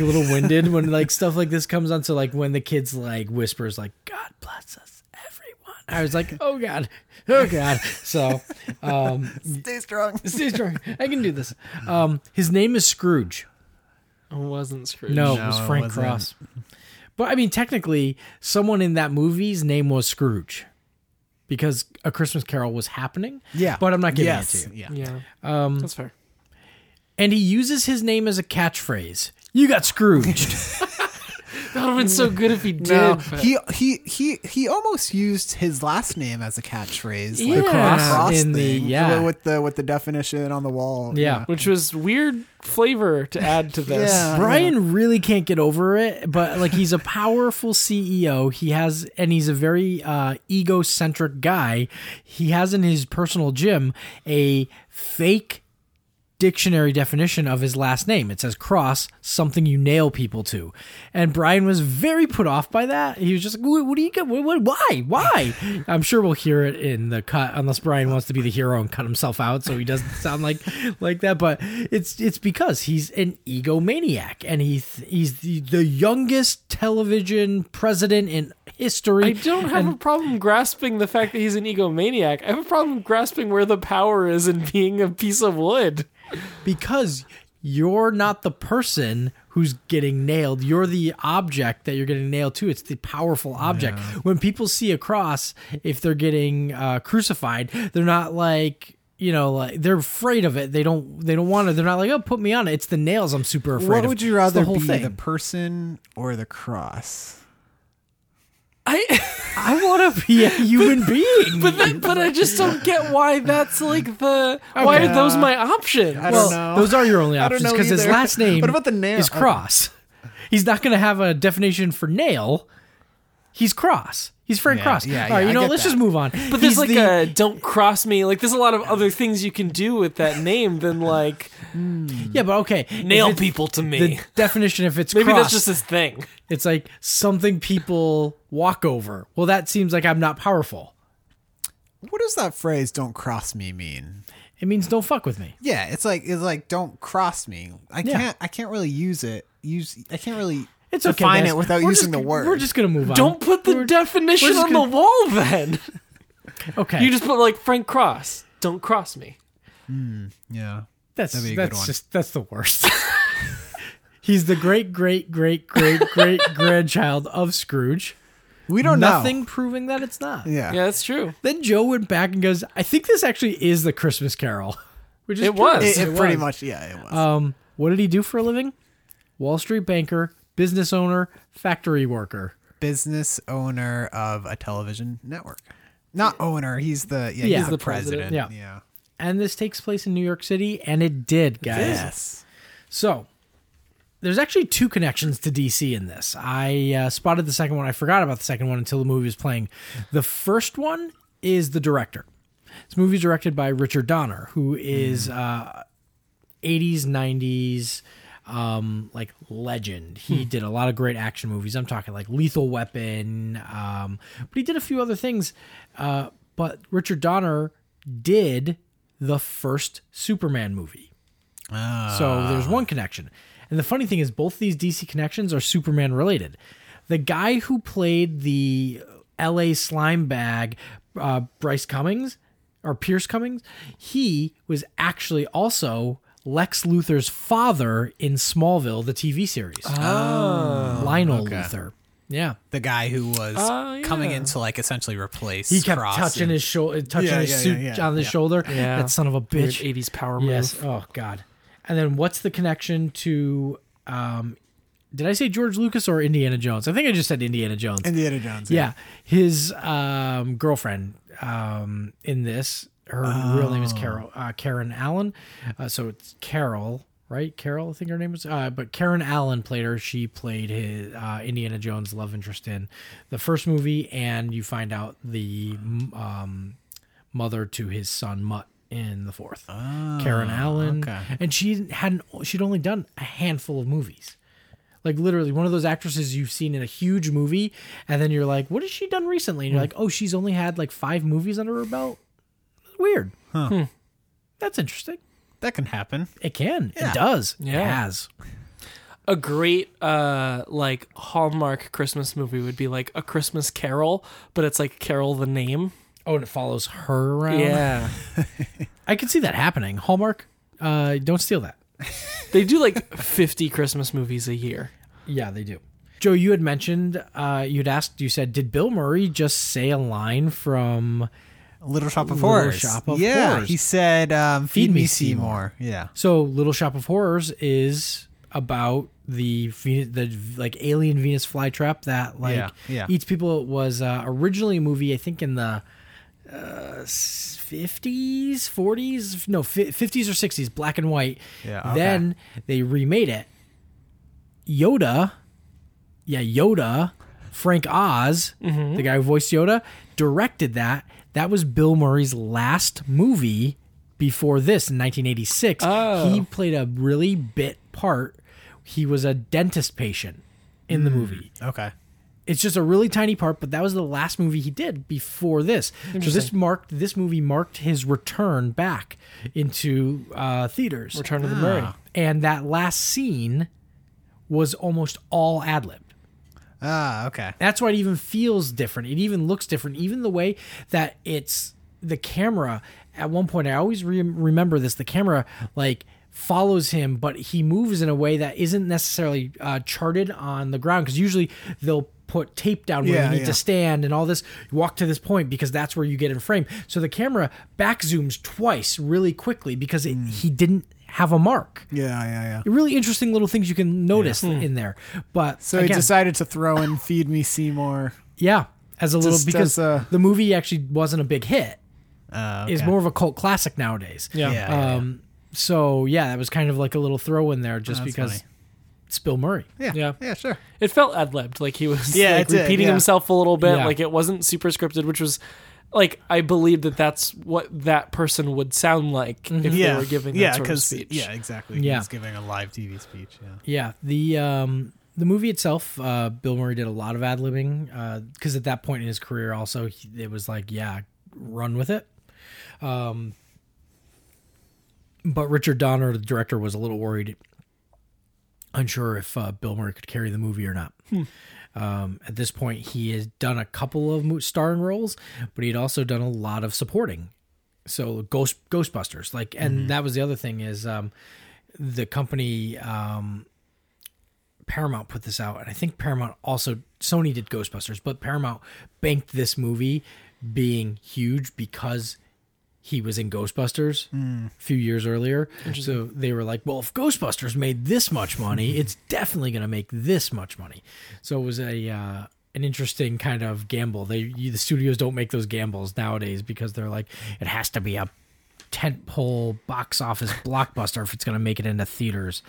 S2: a little winded when like stuff like this comes on. So like when the kids like whispers like God bless us everyone, I was like oh god, oh god. <laughs> So um, <laughs>
S4: Stay strong.
S2: stay strong. I can do this. Um, his name is Scrooge.
S1: It wasn't Scrooge.
S2: No,
S4: No,
S2: it was
S4: it
S2: Frank
S4: wasn't.
S2: Cross. But I mean, technically, someone in that movie's name was Scrooge because A Christmas Carol was happening.
S4: Yeah.
S2: But I'm not giving
S4: Yes.
S2: it to you.
S4: Yeah.
S1: Yeah. Um, That's fair.
S2: And he uses his name as a catchphrase. You got
S4: <laughs>
S2: Scrooged.
S1: That would have been so good if he did.
S4: No,
S1: but-
S4: he he he he almost used his last name as a catchphrase.
S1: The cross
S2: in the-
S4: thing,
S2: yeah.
S4: with the with the definition on the wall.
S2: yeah.
S1: which was weird flavor to add to this.
S4: Yeah.
S2: Brian really can't get over it, but like he's a powerful CEO. He has, and he's a very uh, egocentric guy. He has in his personal gym a fake dictionary definition of his last name. It says cross, something you nail people to. And Brian was very put off by that. He was just like, what, what do you get? What, what, why? Why? I'm sure we'll hear it in the cut unless Brian wants to be the hero and cut himself out so he doesn't <laughs> sound like like that, but it's it's because he's an egomaniac and he th- he's the, the youngest television president in history.
S1: I don't have
S2: And-
S1: a problem grasping the fact that he's an egomaniac. I have a problem grasping where the power is in being a piece of wood.
S2: because you're not the person who's getting nailed you're the object that you're getting nailed to it's the powerful object when people see a cross if they're getting uh, crucified they're not like you know like they're afraid of it they don't they don't want it they're not like oh put me on it it's the nails i'm super afraid
S4: What
S2: of.
S4: would
S2: It's
S4: you rather
S2: the whole
S4: be,
S2: thing
S4: the person or the cross?
S1: I
S2: i <laughs> want to be a
S4: <laughs>
S2: human
S1: <laughs>
S2: being
S1: but that, but I just don't get why that's like the why are those my options?
S4: I
S2: well,
S4: don't know.
S2: those are your only
S4: <laughs> I don't
S2: options
S4: know
S2: because his
S4: either.
S2: last name
S4: What about the nail?
S2: is
S4: Oh.
S2: Cross. He's not going to have a definition for nail. He's Cross. He's Frank Cross.
S4: yeah,
S2: All right,
S4: yeah,
S2: you
S4: I
S2: know,
S4: get
S2: let's
S4: that.
S2: just move on.
S1: but there's like a don't cross me. Like there's a lot of other things you can do with that name than like
S2: yeah, but okay,
S1: nail
S2: If it's-
S1: people to me.
S2: The definition, if it's
S1: <laughs> Maybe
S2: cross,
S1: that's just his thing.
S2: it's like something people walk over. Well, that seems like I'm not powerful.
S4: What does that phrase "Don't cross me" mean?
S2: It means don't fuck with me.
S4: Yeah, it's like it's like "Don't cross me." I
S2: Yeah.
S4: can't I can't really use it. Use I can't really
S2: It's okay,
S4: define
S2: guys.
S4: it without
S2: We're just-
S4: using the word.
S2: We're just gonna move on.
S1: Don't put the
S2: We're-
S1: definition
S2: just
S1: on
S2: gonna-
S1: the wall then.
S2: okay.
S1: You just put like Frank Cross. Don't cross me.
S4: yeah.
S2: That's
S4: That'd be a good
S2: that's
S4: one.
S2: just that's the worst. <laughs> He's the great great great great great grandchild of Scrooge.
S4: We don't
S2: Nothing proving that it's not.
S4: know. Yeah.
S1: Yeah, that's true.
S2: Then Joe went back and goes, "I think this actually is the Christmas Carol." <laughs> Which is
S1: It was.
S2: true.
S4: It, it pretty
S2: was.
S4: much yeah, it was.
S2: Um, what did he do for a living? Wall Street banker, business owner, factory worker.
S4: business owner of a television network. Not owner, he's the yeah,
S2: Yeah.
S4: he's the
S2: The
S4: president.
S1: president.
S2: Yeah. And this takes place in New York City, and it did, guys.
S4: Yes.
S2: So, there's actually two connections to DC in this. I uh, spotted the second one. I forgot about the second one until the movie was playing. The first one is the director. This movie's directed by Richard Donner, who is uh, 80s, 90s um, like legend. He did a lot of great action movies. I'm talking like Lethal Weapon, um, but he did a few other things. Uh, but Richard Donner did the first Superman movie. So
S1: Ah.
S2: there's one connection. And the funny thing is, both these DC connections are Superman related. The guy who played the LA slime bag, uh, Bryce Cummings or Pierce Cummings, he was actually also Lex Luthor's father in Smallville, the TV series. Oh, Lionel Luthor. Yeah.
S3: the guy who was
S1: Oh,
S3: coming
S1: yeah.
S3: in to like essentially replace.
S2: Uh, He kept
S3: Frost
S2: touching
S3: and-
S2: his shoulder, touching
S4: Yeah,
S2: his
S4: yeah, yeah,
S2: suit
S4: yeah,
S2: on his shoulder.
S1: Yeah.
S2: That son of a
S1: Weird
S2: bitch.
S1: 80s power move.
S2: Yes. Oh God. And then what's the connection to? Um, did I say George Lucas or Indiana Jones? I think I just said Indiana Jones.
S4: Indiana Jones.
S2: yeah, his um, girlfriend um, in this. Her real name is Carol uh, Karen Allen, uh, so it's Carol, right? Carol, I think her name was. Uh, but Karen Allen played her. She played his uh, Indiana Jones love interest in the first movie, and you find out the um, mother to his son Mutt in the fourth. Karen Allen, and she hadn't. She'd only done a handful of movies. Like literally one of those actresses you've seen in a huge movie, and then you're like, "What has she done recently?" And you're like, "Oh, she's only had like five movies under her belt." Weird.
S1: Hmm.
S2: That's interesting.
S4: That can happen.
S2: It can. It does. It
S1: Yeah.
S2: has.
S1: a great uh like hallmark christmas movie would be like a christmas carol but it's like carol the name
S2: Oh, and it follows her around.
S1: yeah
S2: I could see that happening. Hallmark, uh, don't steal that.
S1: <laughs> they do like 50 christmas movies a year
S2: Yeah, they do. Joe, you had mentioned, uh, you'd asked, you said, did Bill Murray just say a line from?
S3: Little Shop of
S2: Little
S3: Horrors.
S2: Shop of
S3: yeah,
S2: Horrors.
S3: he said, um, "Feed,
S2: me,
S3: me, Seymour." Yeah,
S2: So, Little Shop of Horrors is about the Venus, the like alien Venus flytrap that like
S3: Yeah, yeah.
S2: eats people. It was uh, originally a movie, I think, in the uh, fifties, forties, no, fifties or sixties, black and white.
S3: Yeah, okay.
S2: Then they remade it. Yoda, yeah, Yoda, Frank Oz,
S1: Mm-hmm.
S2: the guy who voiced Yoda, directed that. That was Bill Murray's last movie before this in 1986.
S1: Oh.
S2: He played a really bit part. He was a dentist patient in
S1: Hmm.
S2: the movie
S4: Okay.
S2: it's just a really tiny part, but that was the last movie he did before this. So this marked this movie marked his return back into uh, theaters,
S1: return to the murray
S2: and that last scene was almost all ad libbed.
S3: ah, okay.
S2: That's why it even feels different. It even looks different. Even the way that it's the camera. At one point, I always re- remember this. The camera like follows him, but he moves in a way that isn't necessarily uh, charted on the ground. Because usually they'll put tape down where
S4: Yeah,
S2: you need
S4: yeah.
S2: to stand and all this. You walk to this point because that's where you get in frame. So the camera back zooms twice really quickly because it,
S4: Mm.
S2: he didn't have a mark.
S4: Yeah, yeah, yeah.
S2: Really interesting little things you can notice in there. But
S4: Hmm. So he
S2: again,
S4: decided to throw in "Feed Me Seymour."
S2: yeah, as a little
S4: Just
S2: because
S4: as a-
S2: the movie actually wasn't a big hit.
S3: Uh,
S2: It's more of a cult classic nowadays.
S1: yeah,
S3: Yeah, yeah,
S2: Um. So yeah, that was kind of like a little throw in there, just because it's Bill Murray.
S3: yeah,
S1: yeah.
S3: yeah, yeah, sure.
S1: it felt ad-libbed like he was
S4: Yeah,
S1: like,
S4: it did,
S1: repeating
S4: yeah.
S1: himself a little bit
S2: Yeah.
S1: like it wasn't super scripted which was like i believe that that's what that person would sound like if
S4: Mm-hmm. yeah,
S1: they were giving that
S4: yeah,
S1: sort of
S4: 'cause-
S1: speech
S4: Yeah, exactly.
S2: Yeah.
S4: He's giving a live TV speech. Yeah.
S2: Yeah. The um the movie itself, uh, Bill Murray did a lot of ad libbing because at that point in his career, also he, it was like yeah, run with it. Um. But Richard Donner, the director, was a little worried, unsure if uh, Bill Murray could carry the movie or not. Um, at this point, he has done a couple of mo- starring roles, but he'd also done a lot of supporting. So Ghost Ghostbusters, like, and that was the other thing is um, the company um, Paramount put this out, and I think Paramount also Sony did Ghostbusters, but Paramount banked this movie being huge because he was in Ghostbusters a few years earlier. So they were like, "Well, if Ghostbusters made this much money, it's definitely going to make this much money." So it was a uh, an interesting kind of gamble. They you, the studios don't make those gambles nowadays because they're like, it has to be a tentpole box office blockbuster if it's going to make it into theaters.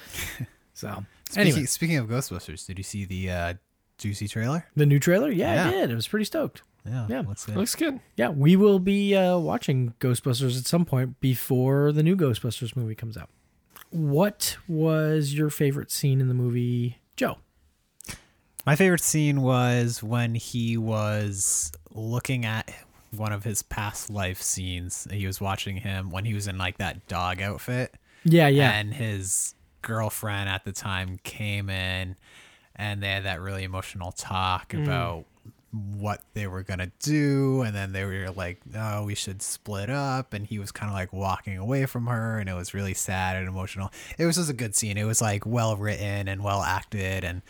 S2: So Anyway.
S3: Speaking, speaking of Ghostbusters, did you see the uh, juicy trailer?
S2: The new trailer? Yeah, I
S3: Yeah.
S2: did. I was pretty stoked. Yeah.
S3: What's it?
S1: Looks good.
S2: Yeah, we will be uh, watching Ghostbusters at some point before the new Ghostbusters movie comes out. What was your favorite scene in the movie, Joe?
S3: My favorite scene was when he was looking at one of his past life scenes. He was watching him when he was in like that dog outfit.
S2: Yeah, yeah.
S3: And his girlfriend at the time came in and they had that really emotional talk
S1: Mm.
S3: about what they were going to do. And then they were like, oh, we should split up. And he was kind of like walking away from her. And it was really sad and emotional. It was just a good scene. It was like well written and well acted and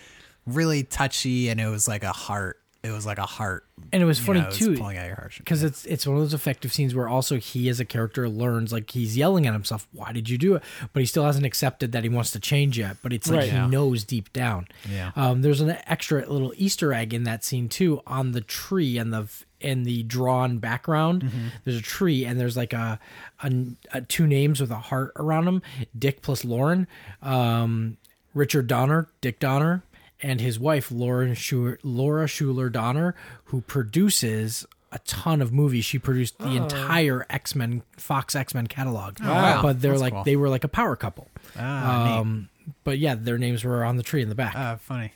S3: really touchy. And it was like a heart. It was like a heart.
S2: and it was
S3: you
S2: funny
S3: know, Um, it was
S2: too.
S3: Pulling out your heart.
S2: because it's it's one of those effective scenes where also he as a character learns like he's yelling at himself why did you do it but he still hasn't accepted that he wants to change yet but it's like
S1: Right.
S2: he
S1: Yeah.
S2: knows deep down
S3: Yeah.
S2: um, there's an extra little easter egg in that scene too on the tree and the and the drawn background
S3: Mm-hmm.
S2: there's a tree and there's like a, a, a two names with a heart around them dick plus lauren um, richard donner dick donner and his wife Lauren Schuler, Laura Schuler Donner, who produces a ton of movies. She produced the entire X Men Fox X Men catalog.
S3: Oh. wow.
S2: But they're
S3: That's
S2: like
S3: cool.
S2: they were like a power couple.
S3: Ah, neat.
S2: Um, but yeah, their names were on the tree in the back.
S1: Uh,
S3: Ah, funny.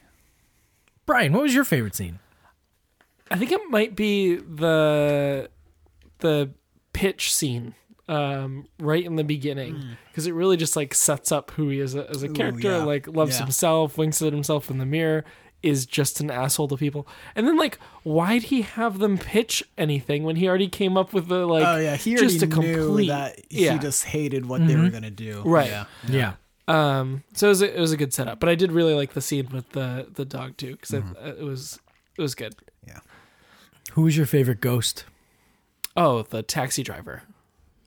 S2: Brian, what was your favorite scene?
S1: I think it might be the the pitch scene um, right in the
S4: Hmm.
S1: beginning because it really just like sets up who he is a- as a character.
S3: yeah.
S1: Like loves
S3: Yeah.
S1: himself, winks at himself in the mirror, is just an asshole to people. And then like, why'd he have them pitch anything when he already came up with the like?
S4: oh yeah, he already
S1: just a complete
S4: knew that he
S1: yeah. Mm-hmm.
S4: just hated what they were gonna do.
S1: Right.
S4: Yeah.
S2: Yeah.
S1: Um, so it was, a, it was a good setup, but I did really like the scene with the the dog too because
S4: Mm-hmm.
S1: it, it was it was good.
S2: Who was your favorite ghost?
S1: Oh, the taxi driver.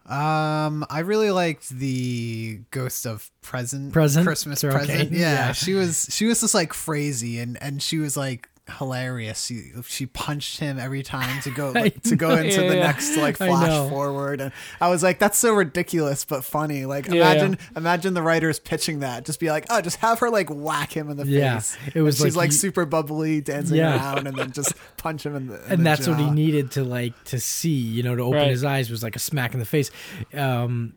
S3: Um, I really liked the ghost of present
S2: Present?
S3: Christmas
S2: Sarah <laughs>
S3: present.
S2: Kane?
S3: Yeah,
S2: Yeah.
S3: she was she was just like crazy, and and she was like hilarious. She she punched him every time
S2: <laughs>
S3: to go like, to go into
S1: Yeah,
S3: the
S1: yeah.
S3: next like
S2: I know.
S3: flash forward, and I was like, that's so ridiculous but funny. Like
S1: yeah.
S3: imagine imagine the writers pitching that, just be like, oh, just have her like whack him in the
S2: Yeah.
S3: face.
S2: It was
S3: And she's
S2: like
S3: like,
S2: he-
S3: super bubbly dancing
S2: Yeah.
S3: around, and then just punch him in the
S2: <laughs>
S3: in
S2: And
S3: the
S2: that's what he
S3: jaw.
S2: needed to like to see, you know, to open
S1: Right.
S2: his eyes was like a smack in the face. Um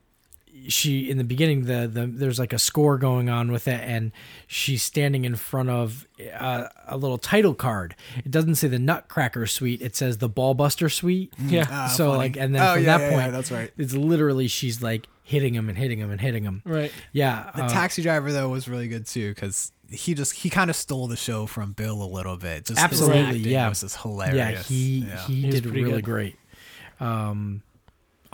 S2: she in the beginning the, the there's like a score going on with it and she's standing in front of uh, a little title card it doesn't say the nutcracker suite it says the ballbuster
S3: <laughs>
S2: suite
S1: Yeah.
S3: Ah,
S2: so
S3: funny.
S2: like and then
S3: Oh,
S2: from
S3: yeah,
S2: that
S3: yeah, yeah,
S2: point
S3: that's right.
S2: it's literally she's like hitting him and hitting him and hitting him
S1: Right.
S2: yeah
S3: The
S2: uh,
S3: taxi driver though was really good too because he just he kind of stole the show from Bill a little bit. Just his
S2: Absolutely,
S3: acting
S2: yeah.
S3: was just hilarious.
S2: Yeah, he he
S1: He was
S2: did
S1: pretty
S2: really
S1: good.
S2: great. Um,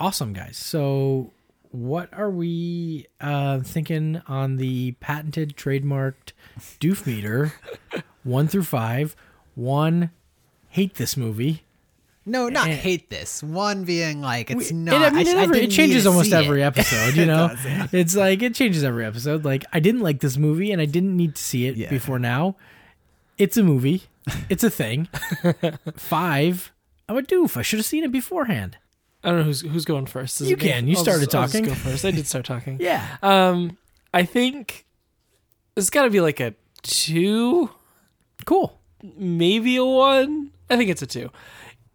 S2: awesome guys. So, what are we uh, thinking on the patented, trademarked doof meter? one through five. One, hate this movie.
S3: no, not hate this one being like it's
S2: It-
S3: not.
S2: I mean,
S3: I-
S2: it,
S3: I
S2: every-
S3: didn't
S2: it
S3: need
S2: changes
S3: to
S2: almost
S3: see
S2: every
S3: <laughs> it.
S2: episode. You know,
S3: does, yeah.
S2: it's like it changes every episode. Like I didn't like this movie, and I didn't need to see it
S3: Yeah.
S2: before now. It's a movie. It's a thing. Five. I'm a doof. I should have seen it beforehand.
S1: I don't know who's who's going first. Is
S2: You
S1: it me?
S2: can. You
S1: I'll
S2: started
S1: just- I'll just
S2: talking.
S1: go first. I did start
S2: <laughs>
S1: talking.
S2: Yeah.
S1: Um, I think it's got to be like a two,
S2: Cool.
S1: maybe a one. I think it's a two.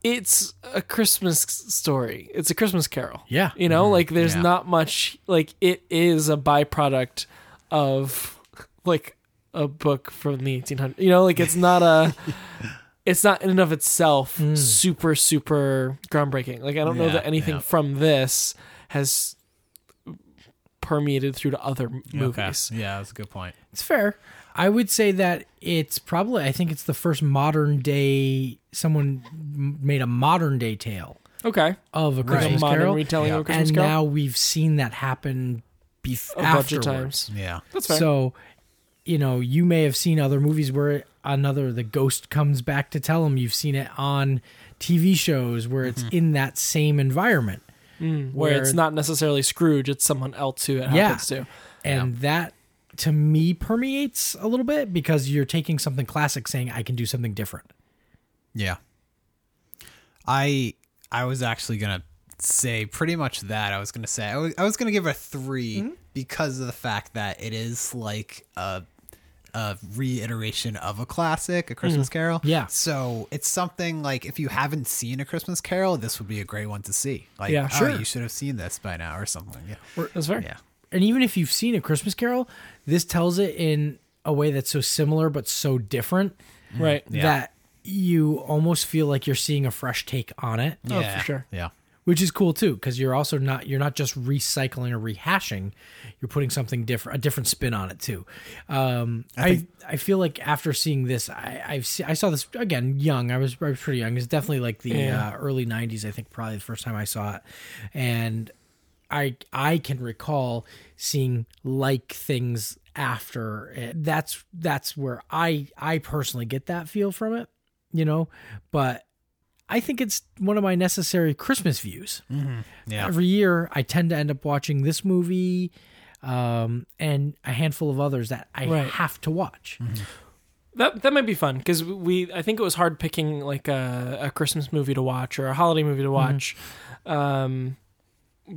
S1: It's a Christmas story. It's a Christmas Carol.
S2: Yeah.
S1: you know, like there's
S3: Mm-hmm. Yeah.
S1: not much. Like it is a byproduct of like a book from the 1800s. You know, like it's not
S3: <laughs>
S1: a. It's not in and of itself super super groundbreaking. Like I don't know
S3: Hmm. Yeah,
S1: that anything
S3: yeah.
S1: from this has permeated through to other m- movies.
S3: Yeah, that's a good point.
S2: It's fair. I would say that it's probably, I think it's the first modern day, someone m- made a modern day tale
S1: Okay.
S2: of a
S1: There's a
S2: Christmas
S1: modern
S2: Carol.
S1: retelling of a Christmas
S2: and
S1: Carol.
S2: now we've seen that happen bef-
S1: a bunch of
S2: afterwards.
S1: times.
S3: Yeah,
S1: That's fair.
S2: So, you know, you may have seen other movies where another the ghost comes back to tell him. You've seen it on TV shows where it's in that same environment.
S1: Mm-hmm. Mm, where, it's not necessarily Scrooge, it's someone else who it
S2: Yeah.
S1: happens to.
S2: and that to me permeates a little bit because you're taking something classic saying i can do something different
S3: yeah. I I was actually gonna say pretty much that. I was gonna say I
S1: Mm-hmm.
S3: was, I was gonna give it a 3 because of the fact that it is like a a reiteration of a classic, a Christmas
S1: Mm.
S3: Carol.
S2: Yeah.
S3: So it's something like if you haven't seen a Christmas Carol, this would be a great one to see. Like,
S1: Yeah,
S3: oh,
S1: sure.
S3: you should have seen this by now or something. Yeah.
S1: That's fair.
S3: Yeah.
S2: and even if you've seen a Christmas Carol, this tells it in a way that's so similar but so different
S1: Right.
S2: that you almost feel like you're seeing a fresh take on it,
S1: Oh,
S3: Yeah.
S1: for sure.
S3: Yeah.
S2: which is cool too because you're also not you're not just recycling or rehashing, you're putting something different, a different spin on it too. Um, I I, feel like after seeing this, I I've se- I saw this again young. I was, I was pretty young. It's definitely like the
S1: Yeah.
S2: uh, early '90s. I think probably the first time I saw it, and I I can recall seeing like things after it. That's that's where I I personally get that feel from it, you know. But I think it's one of my necessary Christmas views.
S3: Yeah.
S2: Every year, I tend to end up watching this movie, um, and a handful of others that I
S1: Right.
S2: have to watch.
S1: That that might be fun because we I think it was hard picking like a, a Christmas movie to watch or a holiday movie to
S2: Mm-hmm.
S1: watch, um,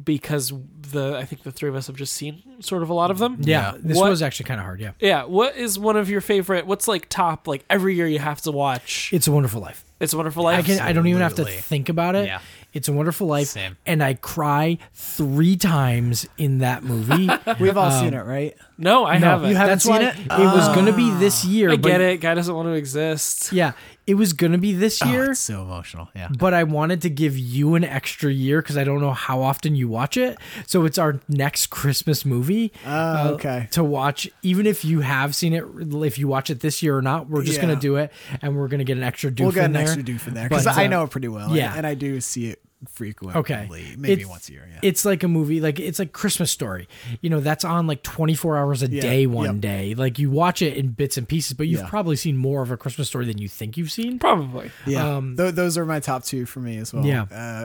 S1: because the I think the three of us have just seen sort of a lot of them.
S2: Yeah,
S3: Yeah.
S2: this
S1: What-
S2: was actually kind of hard. Yeah,
S1: Yeah. What is one of your favorite? What's like top like every year you have to watch?
S2: It's a Wonderful Life.
S1: It's a Wonderful Life.
S2: I can. I don't even have to
S3: Absolutely.
S2: think about it.
S3: Yeah.
S2: It's a Wonderful Life,
S3: Same.
S2: and I cry three times in that movie. Um,
S4: We've all seen it, right?
S1: no, I
S2: No,
S1: haven't.
S4: you haven't
S2: That's
S4: seen
S2: why
S4: it?
S2: it was going to be this year.
S1: I
S2: but-
S1: get it. Guy doesn't want to exist.
S2: <laughs> Yeah, it was going to be this
S3: Oh,
S2: year,
S3: it's so emotional. Yeah.
S2: but I wanted to give you an extra year because I don't know how often you watch it. So it's our next Christmas movie uh,
S4: Oh, okay.
S2: to watch, even if you have seen it. If you watch it this year or not, we're just going
S4: Yeah.
S2: to do it, and we're going to get an extra doof.
S4: We'll get
S2: in
S4: an
S2: there.
S4: extra doof in there because
S2: But,
S4: I
S2: uh,
S4: know it pretty well.
S2: yeah.
S4: Yeah. And I do see it frequently.
S2: Okay.
S3: Maybe
S2: It's-
S3: once a year. Yeah.
S2: It's like a movie, like it's like Christmas Story. You know, that's on like 24 hours a
S4: Yeah,
S2: day one
S4: yep.
S2: day. Like you watch it in bits and pieces, but you've
S4: Yeah.
S2: probably seen more of a Christmas Story than you think you've seen.
S1: Probably.
S4: Yeah. Tho- those are my top two for me as well.
S2: um, Yeah.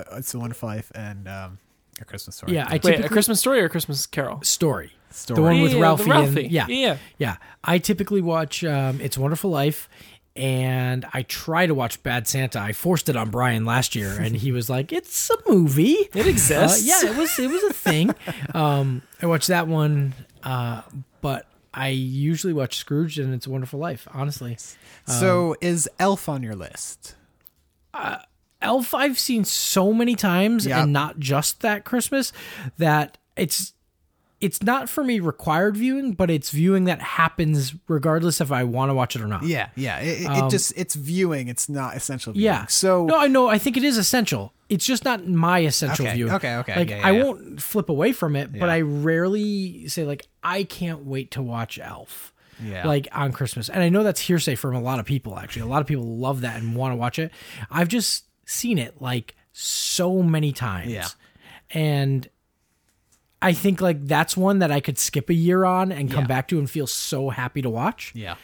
S4: Uh, it's a Wonderful Life and um,
S3: A Christmas story.
S2: Yeah, I
S1: Wait, a
S2: typically
S1: Christmas Story or a Christmas Carol?
S2: story.
S3: Story.
S2: The one with
S1: Yeah, the
S2: Ralphie. and-
S1: Ralphie.
S2: yeah.
S1: Yeah.
S2: Yeah. I typically watch um, It's a Wonderful Life and I try to watch Bad Santa. I forced it on Brian last year and he was like, It's a movie.
S1: <laughs> It exists.
S2: Uh, yeah, it was it was a thing. um, I watched that one, uh, but I usually watch Scrooge and It's a Wonderful Life. Honestly, um,
S3: So is Elf on your list?
S2: Elf I've seen so many times,
S3: Yeah.
S2: and not just that Christmas, that it's it's not for me required viewing, but it's viewing that happens regardless if I want to watch it or not.
S3: Yeah. Yeah. It, it- it just it's viewing. It's not essential. Viewing.
S2: Um, Yeah.
S3: So
S2: no, I know. I think it is essential. It's just not my essential
S3: Okay,
S2: view.
S3: okay, okay,
S2: Like
S3: yeah, yeah,
S2: I
S3: yeah.
S2: won't flip away from it, but
S3: Yeah.
S2: I rarely say like I can't wait to watch Elf.
S3: Yeah.
S2: Like on Christmas, and I know that's hearsay from a lot of people. Actually, a lot of people love that and want to watch it. I've just seen it like so many times.
S3: Yeah.
S2: And I think like that's one that I could skip a year on and come
S3: Yeah.
S2: back to and feel so happy to watch.
S3: yeah.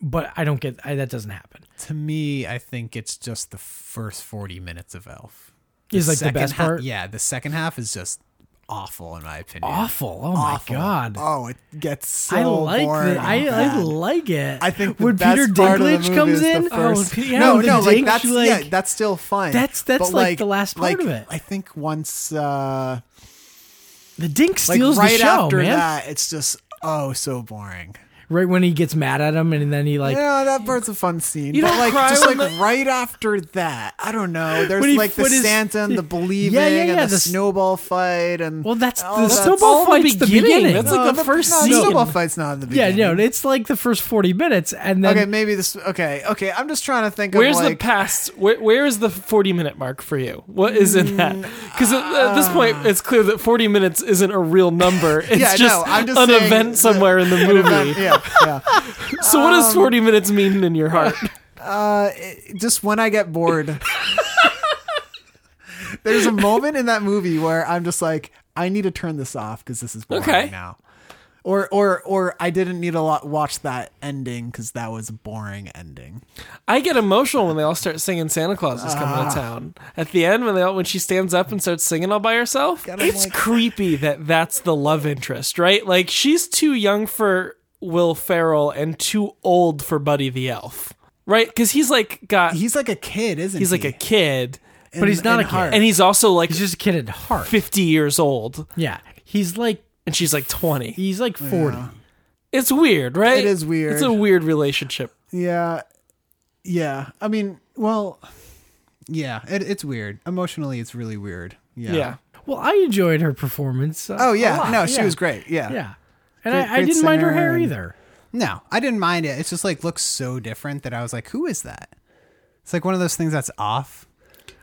S2: But I don't get I, that doesn't happen.
S3: To me, I think it's just the first forty minutes of Elf.
S2: Is like the
S3: second
S2: best
S3: ha-
S2: part.
S3: yeah, the second half is just awful in my opinion.
S2: Awful. Oh my
S3: Awful.
S2: god.
S4: oh, it gets so
S2: I like
S4: boring.
S2: that. I,
S4: and
S2: I
S4: bad.
S2: like it.
S4: I think the
S2: when
S4: best
S2: Peter
S4: part of the
S2: Dinklage
S4: movie
S2: comes
S4: is the
S2: in,
S4: first-
S2: oh, Pe- yeah,
S4: no,
S2: the
S4: no, like
S2: Dinklage,
S4: that's
S2: like,
S4: yeah, that's still fun.
S2: That's- that's
S4: But,
S2: like the last part
S4: like,
S2: of it.
S4: I think once uh,
S2: the Dink
S4: like
S2: steals
S4: right
S2: the show,
S4: after
S2: man.
S4: that, it's just oh so boring.
S2: Right when he gets mad at him, and then he like
S4: yeah, that part's a fun scene.
S1: You
S4: but
S1: don't
S4: like
S1: cry
S4: just
S1: when
S4: like
S1: the-
S4: right after that, I
S2: <laughs>
S4: don't know. There's
S2: When he
S4: like the
S2: put his-
S4: Santa and the
S2: <laughs>
S4: believing
S2: Yeah, yeah, yeah,
S4: and the,
S2: the s-
S4: snowball fight and
S2: Well, that's
S4: all
S2: the
S4: that
S2: snowball
S4: stuff.
S1: all the
S2: fight's the
S1: beginning.
S2: beginning.
S1: That's like
S4: No,
S1: the first
S4: no,
S1: scene.
S4: The snowball fight's not in the
S2: yeah,
S4: beginning.
S2: no, it's like the first forty minutes, and then
S4: okay, maybe this. Okay, okay. I'm just trying to think.
S1: Where's
S4: of
S1: the
S4: like,
S1: past? Where, where is the 40 minute mark for you? What is in that?
S4: Mm,
S1: Because at, at this point, it's clear that 40 minutes isn't a real number. It's
S4: uh, <laughs> Yeah, no,
S1: just,
S4: I'm just
S1: an
S4: saying
S1: event
S4: that- Um,
S1: somewhere in the movie.
S4: Yeah, yeah.
S1: So, what does 40 minutes mean in your heart?
S4: just when I get bored. There's a moment in that movie where I'm just like, I need to turn this off because this is boring
S1: Okay.
S4: now. Or or or I didn't need to lot watch that ending because that was a boring ending.
S1: I get emotional when they all start singing "Santa Claus is Coming
S4: Ah.
S1: to Town." At the end, when they all, when she stands up and starts singing all by herself, it's creepy that that's the love interest, right? Like she's too young for Will Ferrell and too old for Buddy the Elf, right? Because he's like got
S4: He's like a kid, isn't
S1: he's
S4: he?
S1: like a kid,
S4: In-
S2: but he's not
S4: in
S2: a kid.
S4: heart.
S1: and he's also like
S2: he's just a kid at heart.
S1: fifty years old,
S2: Yeah, he's like
S1: and she's like twenty.
S2: he's like forty.
S1: It's weird, right?
S4: It is weird.
S1: It's a weird relationship.
S4: Yeah. Yeah. I mean, well, yeah, it, it's weird. Emotionally, it's really weird. Yeah.
S1: Yeah.
S2: Well, I enjoyed her performance. uh,
S3: Oh yeah,
S2: a lot,
S3: no, she
S2: yeah.
S3: was great. Yeah.
S2: Yeah, and
S4: Great-
S2: I, I
S4: great
S2: didn't mind her
S4: singer
S2: hair
S4: and-
S2: either.
S3: No, I didn't mind it. It's just like looks so different that I was like, who is that? It's like one of those things that's off.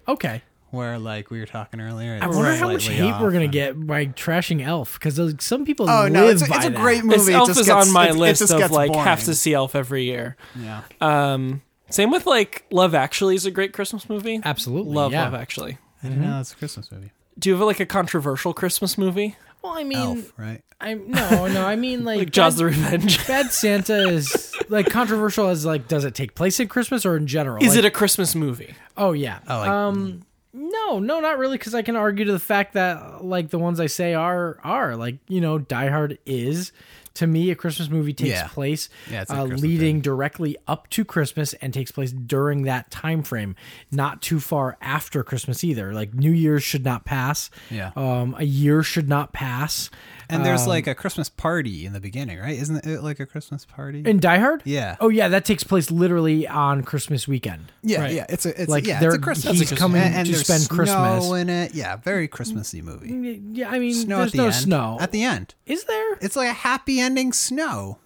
S2: Okay.
S3: Where like we were talking earlier,
S2: I
S3: it's
S2: wonder how much
S3: slightly
S2: hate
S3: off
S2: we're gonna
S3: and-
S2: get by trashing Elf because some people
S3: Oh
S2: live
S3: no, it's,
S2: by
S3: it's a
S2: that.
S3: great
S1: It's
S3: movie. It
S1: Elf
S3: just
S1: is
S3: gets-
S1: on my
S3: it- it
S1: list
S3: just
S1: of
S3: gets
S1: like
S3: boring.
S1: have to see Elf every year.
S3: Yeah.
S1: Um, same with like Love Actually is a great Christmas movie.
S2: Absolutely,
S1: love
S2: yeah.
S1: Love Actually.
S3: I didn't know it's a Christmas movie.
S1: Do you have like a controversial Christmas movie
S2: Well, I mean,
S3: Elf, right?
S2: I'm no, no. I
S3: <laughs>
S2: mean, like,
S1: like Jaws the
S2: Bad,
S1: Revenge?
S2: Bad Santa is like controversial as like, does it take place at Christmas or in general?
S1: Is
S2: Like,
S1: it a Christmas movie?
S2: Oh yeah.
S3: Oh, like-
S2: um, no, no, not really, because I can argue to the fact that like the ones I say are are like you know Die Hard is to me a Christmas movie takes
S3: Yeah.
S2: place
S3: Yeah, it's a
S2: uh,
S3: Christmas
S2: leading directly up to Christmas and takes place during that time frame, not too far after Christmas either. Like New Year's should not pass.
S3: Yeah.
S2: Um, a year should not pass.
S3: And
S2: Um,
S3: there's like a Christmas party in the beginning, right? Isn't it like a Christmas party?
S2: In Die Hard.
S3: Yeah.
S2: Oh yeah, that takes place literally on Christmas weekend.
S3: yeah,
S1: right.
S3: yeah. It's a it's
S2: Like,
S3: yeah,
S2: they're-
S3: it's a Christmas.
S2: he's
S3: it's a Christmas-
S2: coming
S3: and, and
S2: to
S3: there's
S2: spend
S3: snow
S2: Christmas.
S3: in it. Yeah, very Christmassy movie.
S2: Yeah, I mean,
S3: Snow
S2: there's
S3: at the
S2: no
S3: end.
S2: snow
S3: At the end,
S2: Is there?
S3: it's like a happy ending. Snow.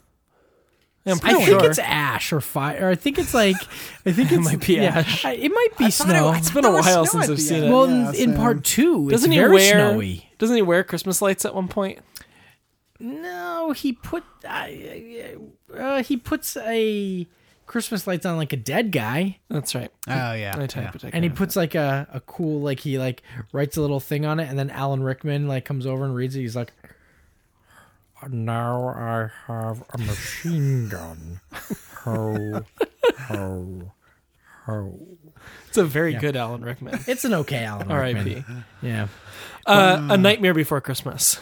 S1: Yeah, I'm
S2: I
S1: pretty
S2: think
S1: sure.
S2: it's ash or fire. Or I think it's like,
S1: <laughs>
S2: I think it
S1: might be ash.
S2: It might be snow.
S1: it's been a while
S3: snow
S1: since
S3: at
S1: I've
S3: the
S1: seen
S3: end.
S1: it.
S2: well,
S4: Yeah,
S2: in- in
S4: same.
S2: part two, it's
S1: doesn't he
S2: very
S1: wear
S2: snowy.
S1: Doesn't he wear Christmas lights at one point?
S2: No, he put uh, uh, he puts a Christmas lights on like a dead guy,
S1: That's right.
S3: Oh yeah.
S1: I type
S3: yeah.
S1: it. I
S2: and he
S1: can't.
S2: puts like a, a cool like he like writes a little thing on it, and then Alan Rickman like comes over and reads it. He's like, "Now I have a machine gun." Ho, ho, ho.
S1: it's a very good Alan
S3: <laughs>
S1: Rickman.
S2: It's an okay Alan
S1: R.I.P.
S2: Rickman. Yeah.
S1: Uh, a Nightmare Before Christmas.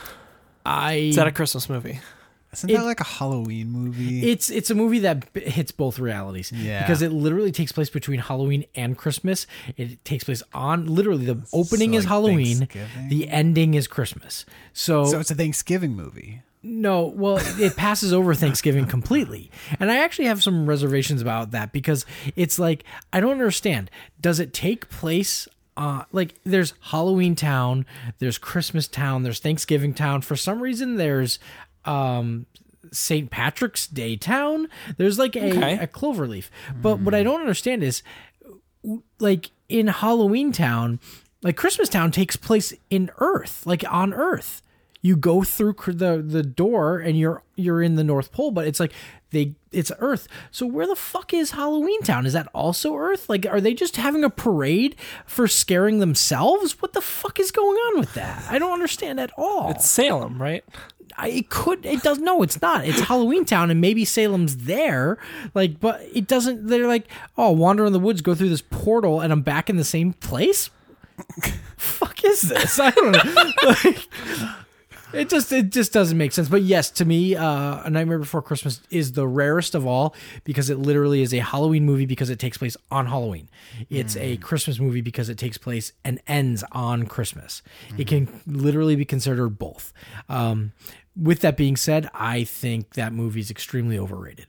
S2: I
S1: Is
S3: E.
S1: that a Christmas movie?
S3: Isn't
S2: It-
S3: that like a Halloween movie?
S2: it's it's a movie that b- hits both realities.
S3: Yeah.
S2: Because it literally takes place between Halloween and Christmas. It takes place on literally the opening
S3: So,
S2: is
S3: like,
S2: Halloween,
S3: Thanksgiving?
S2: the ending is Christmas. So,
S3: so it's a Thanksgiving movie. <laughs>
S2: no, well, it passes over Thanksgiving completely. And I actually have some reservations about that because it's like I don't understand. Does it take place uh, like there's Halloween Town, there's Christmas Town, there's Thanksgiving Town. For some reason, there's um, St. Patrick's Day Town. There's like a,
S1: Okay.
S2: a cloverleaf. But what I don't understand is like in Halloween Town, like Christmas Town takes place in Earth, like on Earth. You go through cr- the the door and you're you're in the North Pole, but it's like they it's Earth. So where the fuck is Halloween Town? Is that also Earth? Like, are they just having a parade for scaring themselves? What the fuck is going on with that? I don't understand at all.
S1: It's Salem, right?
S2: I, it could it does no it's not it's halloween town and maybe salem's there like but it doesn't they're like oh wander in the woods go through this portal and i'm back in the same place fuck is this i don't know <laughs> like, it just it just doesn't make sense but yes to me uh, a nightmare before christmas is the rarest of all because it literally is a halloween movie because it takes place on halloween it's
S1: Mm.
S2: a christmas movie because it takes place and ends on christmas
S1: Mm.
S2: it can literally be considered both um, with that being said i think that movie is extremely overrated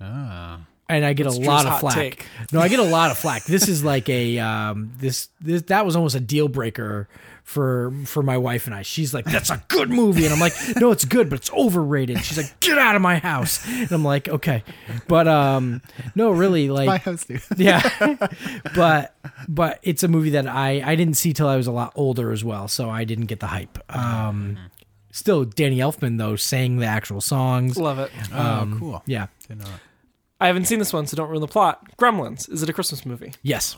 S3: Ah.
S2: and I get a
S1: Drew's
S2: lot of
S1: hot
S2: flack.
S1: take.
S2: No, I get a lot of flack. This is like a um, this this that was almost a deal breaker for for my wife and I. She's like, "That's a good movie," and I'm like, "No, it's good, but it's overrated." She's like, "Get out of my house," and I'm like, "Okay," but um, no, really, like
S3: My house dude.
S2: yeah <laughs> but but it's a movie that i i didn't see till i was a lot older as well so i didn't get the hype um still danny elfman though sang the actual songs
S1: Love it.
S3: oh, <laughs> cool.
S2: yeah
S3: Didn't know that.
S1: I haven't seen this one, so don't ruin the plot. Gremlins. Is it a Christmas movie?
S2: yes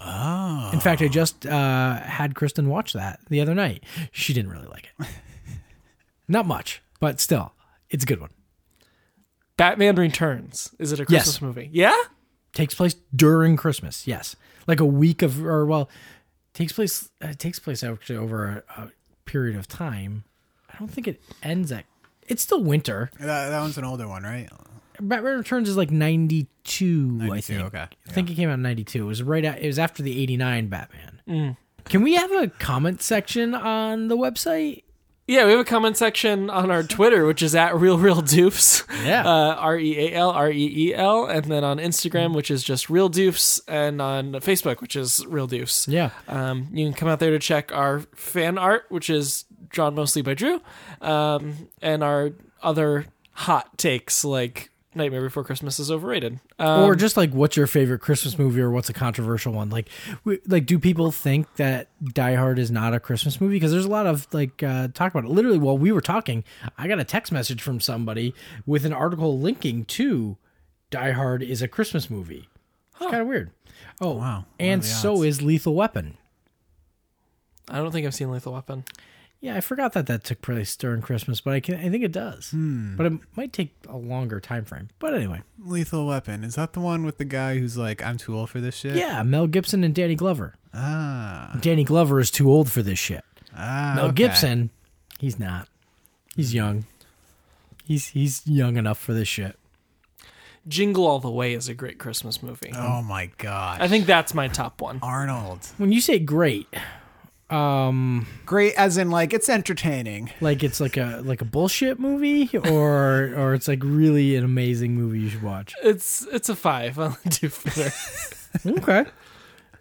S2: in fact i just uh had kristen watch that the other night she didn't really like it not much but still it's a good one
S1: Batman Returns. Is it a
S2: Yes.
S1: Christmas movie? Yeah?
S2: takes place during Christmas. Yes, like a week of, or well, takes place uh, takes place actually over a, a period of time. I don't think it ends at. It's still winter.
S3: that. That one's an older one, right?
S2: Batman Returns is like ninety two. I
S3: 92,
S2: think.
S3: okay.
S2: I think it came out in ninety two. It was right. At, it was after the eighty nine Batman. Can we have a comment section on the website?
S1: Yeah, we have a comment section on our Twitter, which is at Real Real Doofs.
S2: Yeah.
S1: <laughs> Uh, R E A L R E E L. And then on Instagram, which is just Real Doofs. And on Facebook, which is Real Doofs.
S2: Yeah.
S1: Um, you can come out there to check our fan art, which is drawn mostly by Drew, um, and our other hot takes like Nightmare Before Christmas is overrated. Um,
S2: or just like what's your favorite Christmas movie or what's a controversial one? Like, we, like do people think that Die Hard is not a Christmas movie? Because there's a lot of like uh, talk about it. Literally, while we were talking, I got a text message from somebody with an article linking to Die Hard is a Christmas movie. It's kind of weird. Oh
S3: wow.
S2: And so is Lethal Weapon.
S1: I don't think I've seen Lethal Weapon.
S2: Yeah, I forgot that that took place during Christmas, but I can I think it does. But it might take a longer time frame. But anyway,
S3: Lethal Weapon. Is that the one with the guy who's like, I'm too old for this shit? <laughs>
S2: yeah, Mel Gibson and Danny Glover.
S3: Ah.
S2: Danny Glover is too old for this shit.
S3: ah
S2: Mel
S3: okay.
S2: Gibson, he's not. He's young. He's he's young enough for this shit.
S1: Jingle All the Way is a great Christmas movie.
S3: Oh my god.
S1: I think that's my top one.
S3: Arnold.
S2: When you say great, um,
S3: Great as in like it's entertaining.
S2: like it's like a like a bullshit movie, or <laughs> or it's like really an amazing movie you should watch.
S1: It's it's a five on the <laughs>
S2: <laughs>
S1: Doofitter.
S2: Okay,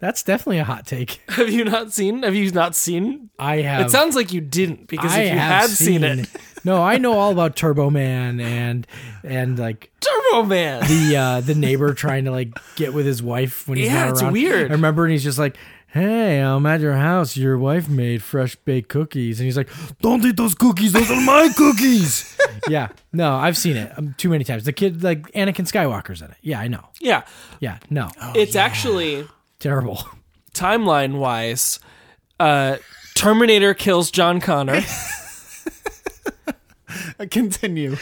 S2: that's definitely a hot take.
S1: have you not seen? Have you not seen?
S2: I have.
S1: It sounds like you didn't because
S2: I
S1: if you
S2: have
S1: had seen, it,
S2: no, I know all about Turbo Man and and like
S1: Turbo Man.
S2: <laughs> the uh, the neighbor trying to like get with his wife when he's
S1: Yeah,
S2: not
S1: it's
S2: around.
S1: weird.
S2: I remember, and he's just like, "Hey, I'm at your house. Your wife made fresh baked cookies," and he's like, "Don't eat those cookies. Those are my
S1: <laughs>
S2: cookies." yeah, no, I've seen it um, too many times. The kid, like Anakin Skywalker's in it. Yeah, I know.
S1: yeah,
S2: Oh, Yeah, no,
S1: it's actually <laughs>
S2: terrible.
S1: timeline wise, uh, Terminator kills John
S2: <laughs>
S1: Connor,
S3: Continue.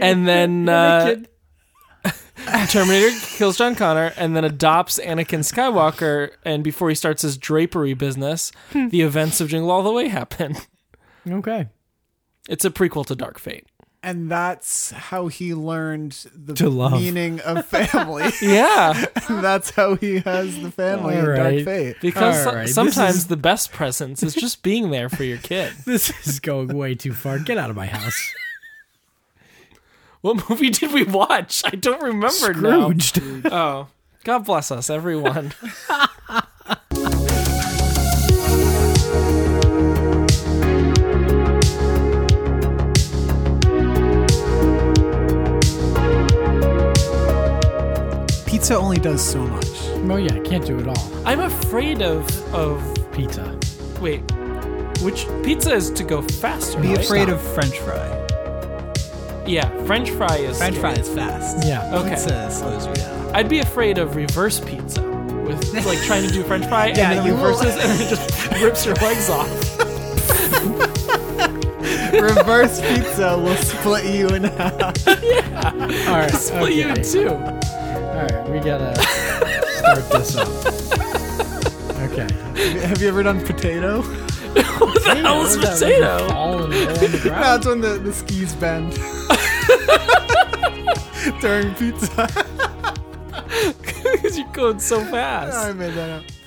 S1: and <laughs> then uh, Terminator kills John Connor, and then adopts Anakin Skywalker. And before he starts his drapery business,
S2: Hmm.
S1: the events of Jingle All the Way happen. <laughs>
S2: Okay,
S1: It's a prequel to Dark
S2: <laughs>
S1: Fate.
S3: and that's how he learned the
S2: To love.
S3: meaning
S1: <laughs>
S3: of family.
S1: Yeah,
S3: that's how he has the family in
S2: Alright.
S3: Dark Fate.
S1: because
S2: All
S1: so-
S2: right, this
S1: sometimes
S2: is-
S1: the best presence is just being there for your kid.
S2: this is going way too far. Get out of my
S1: <laughs>
S2: house,
S1: What movie did we watch? I don't remember now.
S2: Scrooged.
S1: Oh, God bless us,
S3: <laughs>
S1: everyone.
S3: Pizza only does so much.
S2: Oh yeah, can't do it all.
S1: I'm afraid of of
S2: Pizza.
S1: wait, which pizza is to go faster?
S3: Be
S1: right?
S3: afraid of French fry.
S1: Yeah, French fry is.
S3: French fry is fast.
S2: Yeah.
S1: Okay.
S3: Pizza slows you down.
S1: I'd be afraid of reverse pizza with like trying to do French fry
S3: <laughs> Yeah,
S1: and then
S3: you will.
S1: reverses and it
S3: <laughs>
S1: just rips your legs off.
S3: Reverse pizza will split you in half.
S2: All right,
S1: Well, you
S2: okay.
S1: too.
S2: All right, we gotta start this up. Okay.
S3: Have you ever done potato?
S1: What the hell is <laughs> potato?
S2: All in all on the ground.
S3: <laughs> That's when the, the skis
S1: <laughs>
S3: bend. <laughs> During pizza.
S1: Because you're going so fast.
S3: I made that up.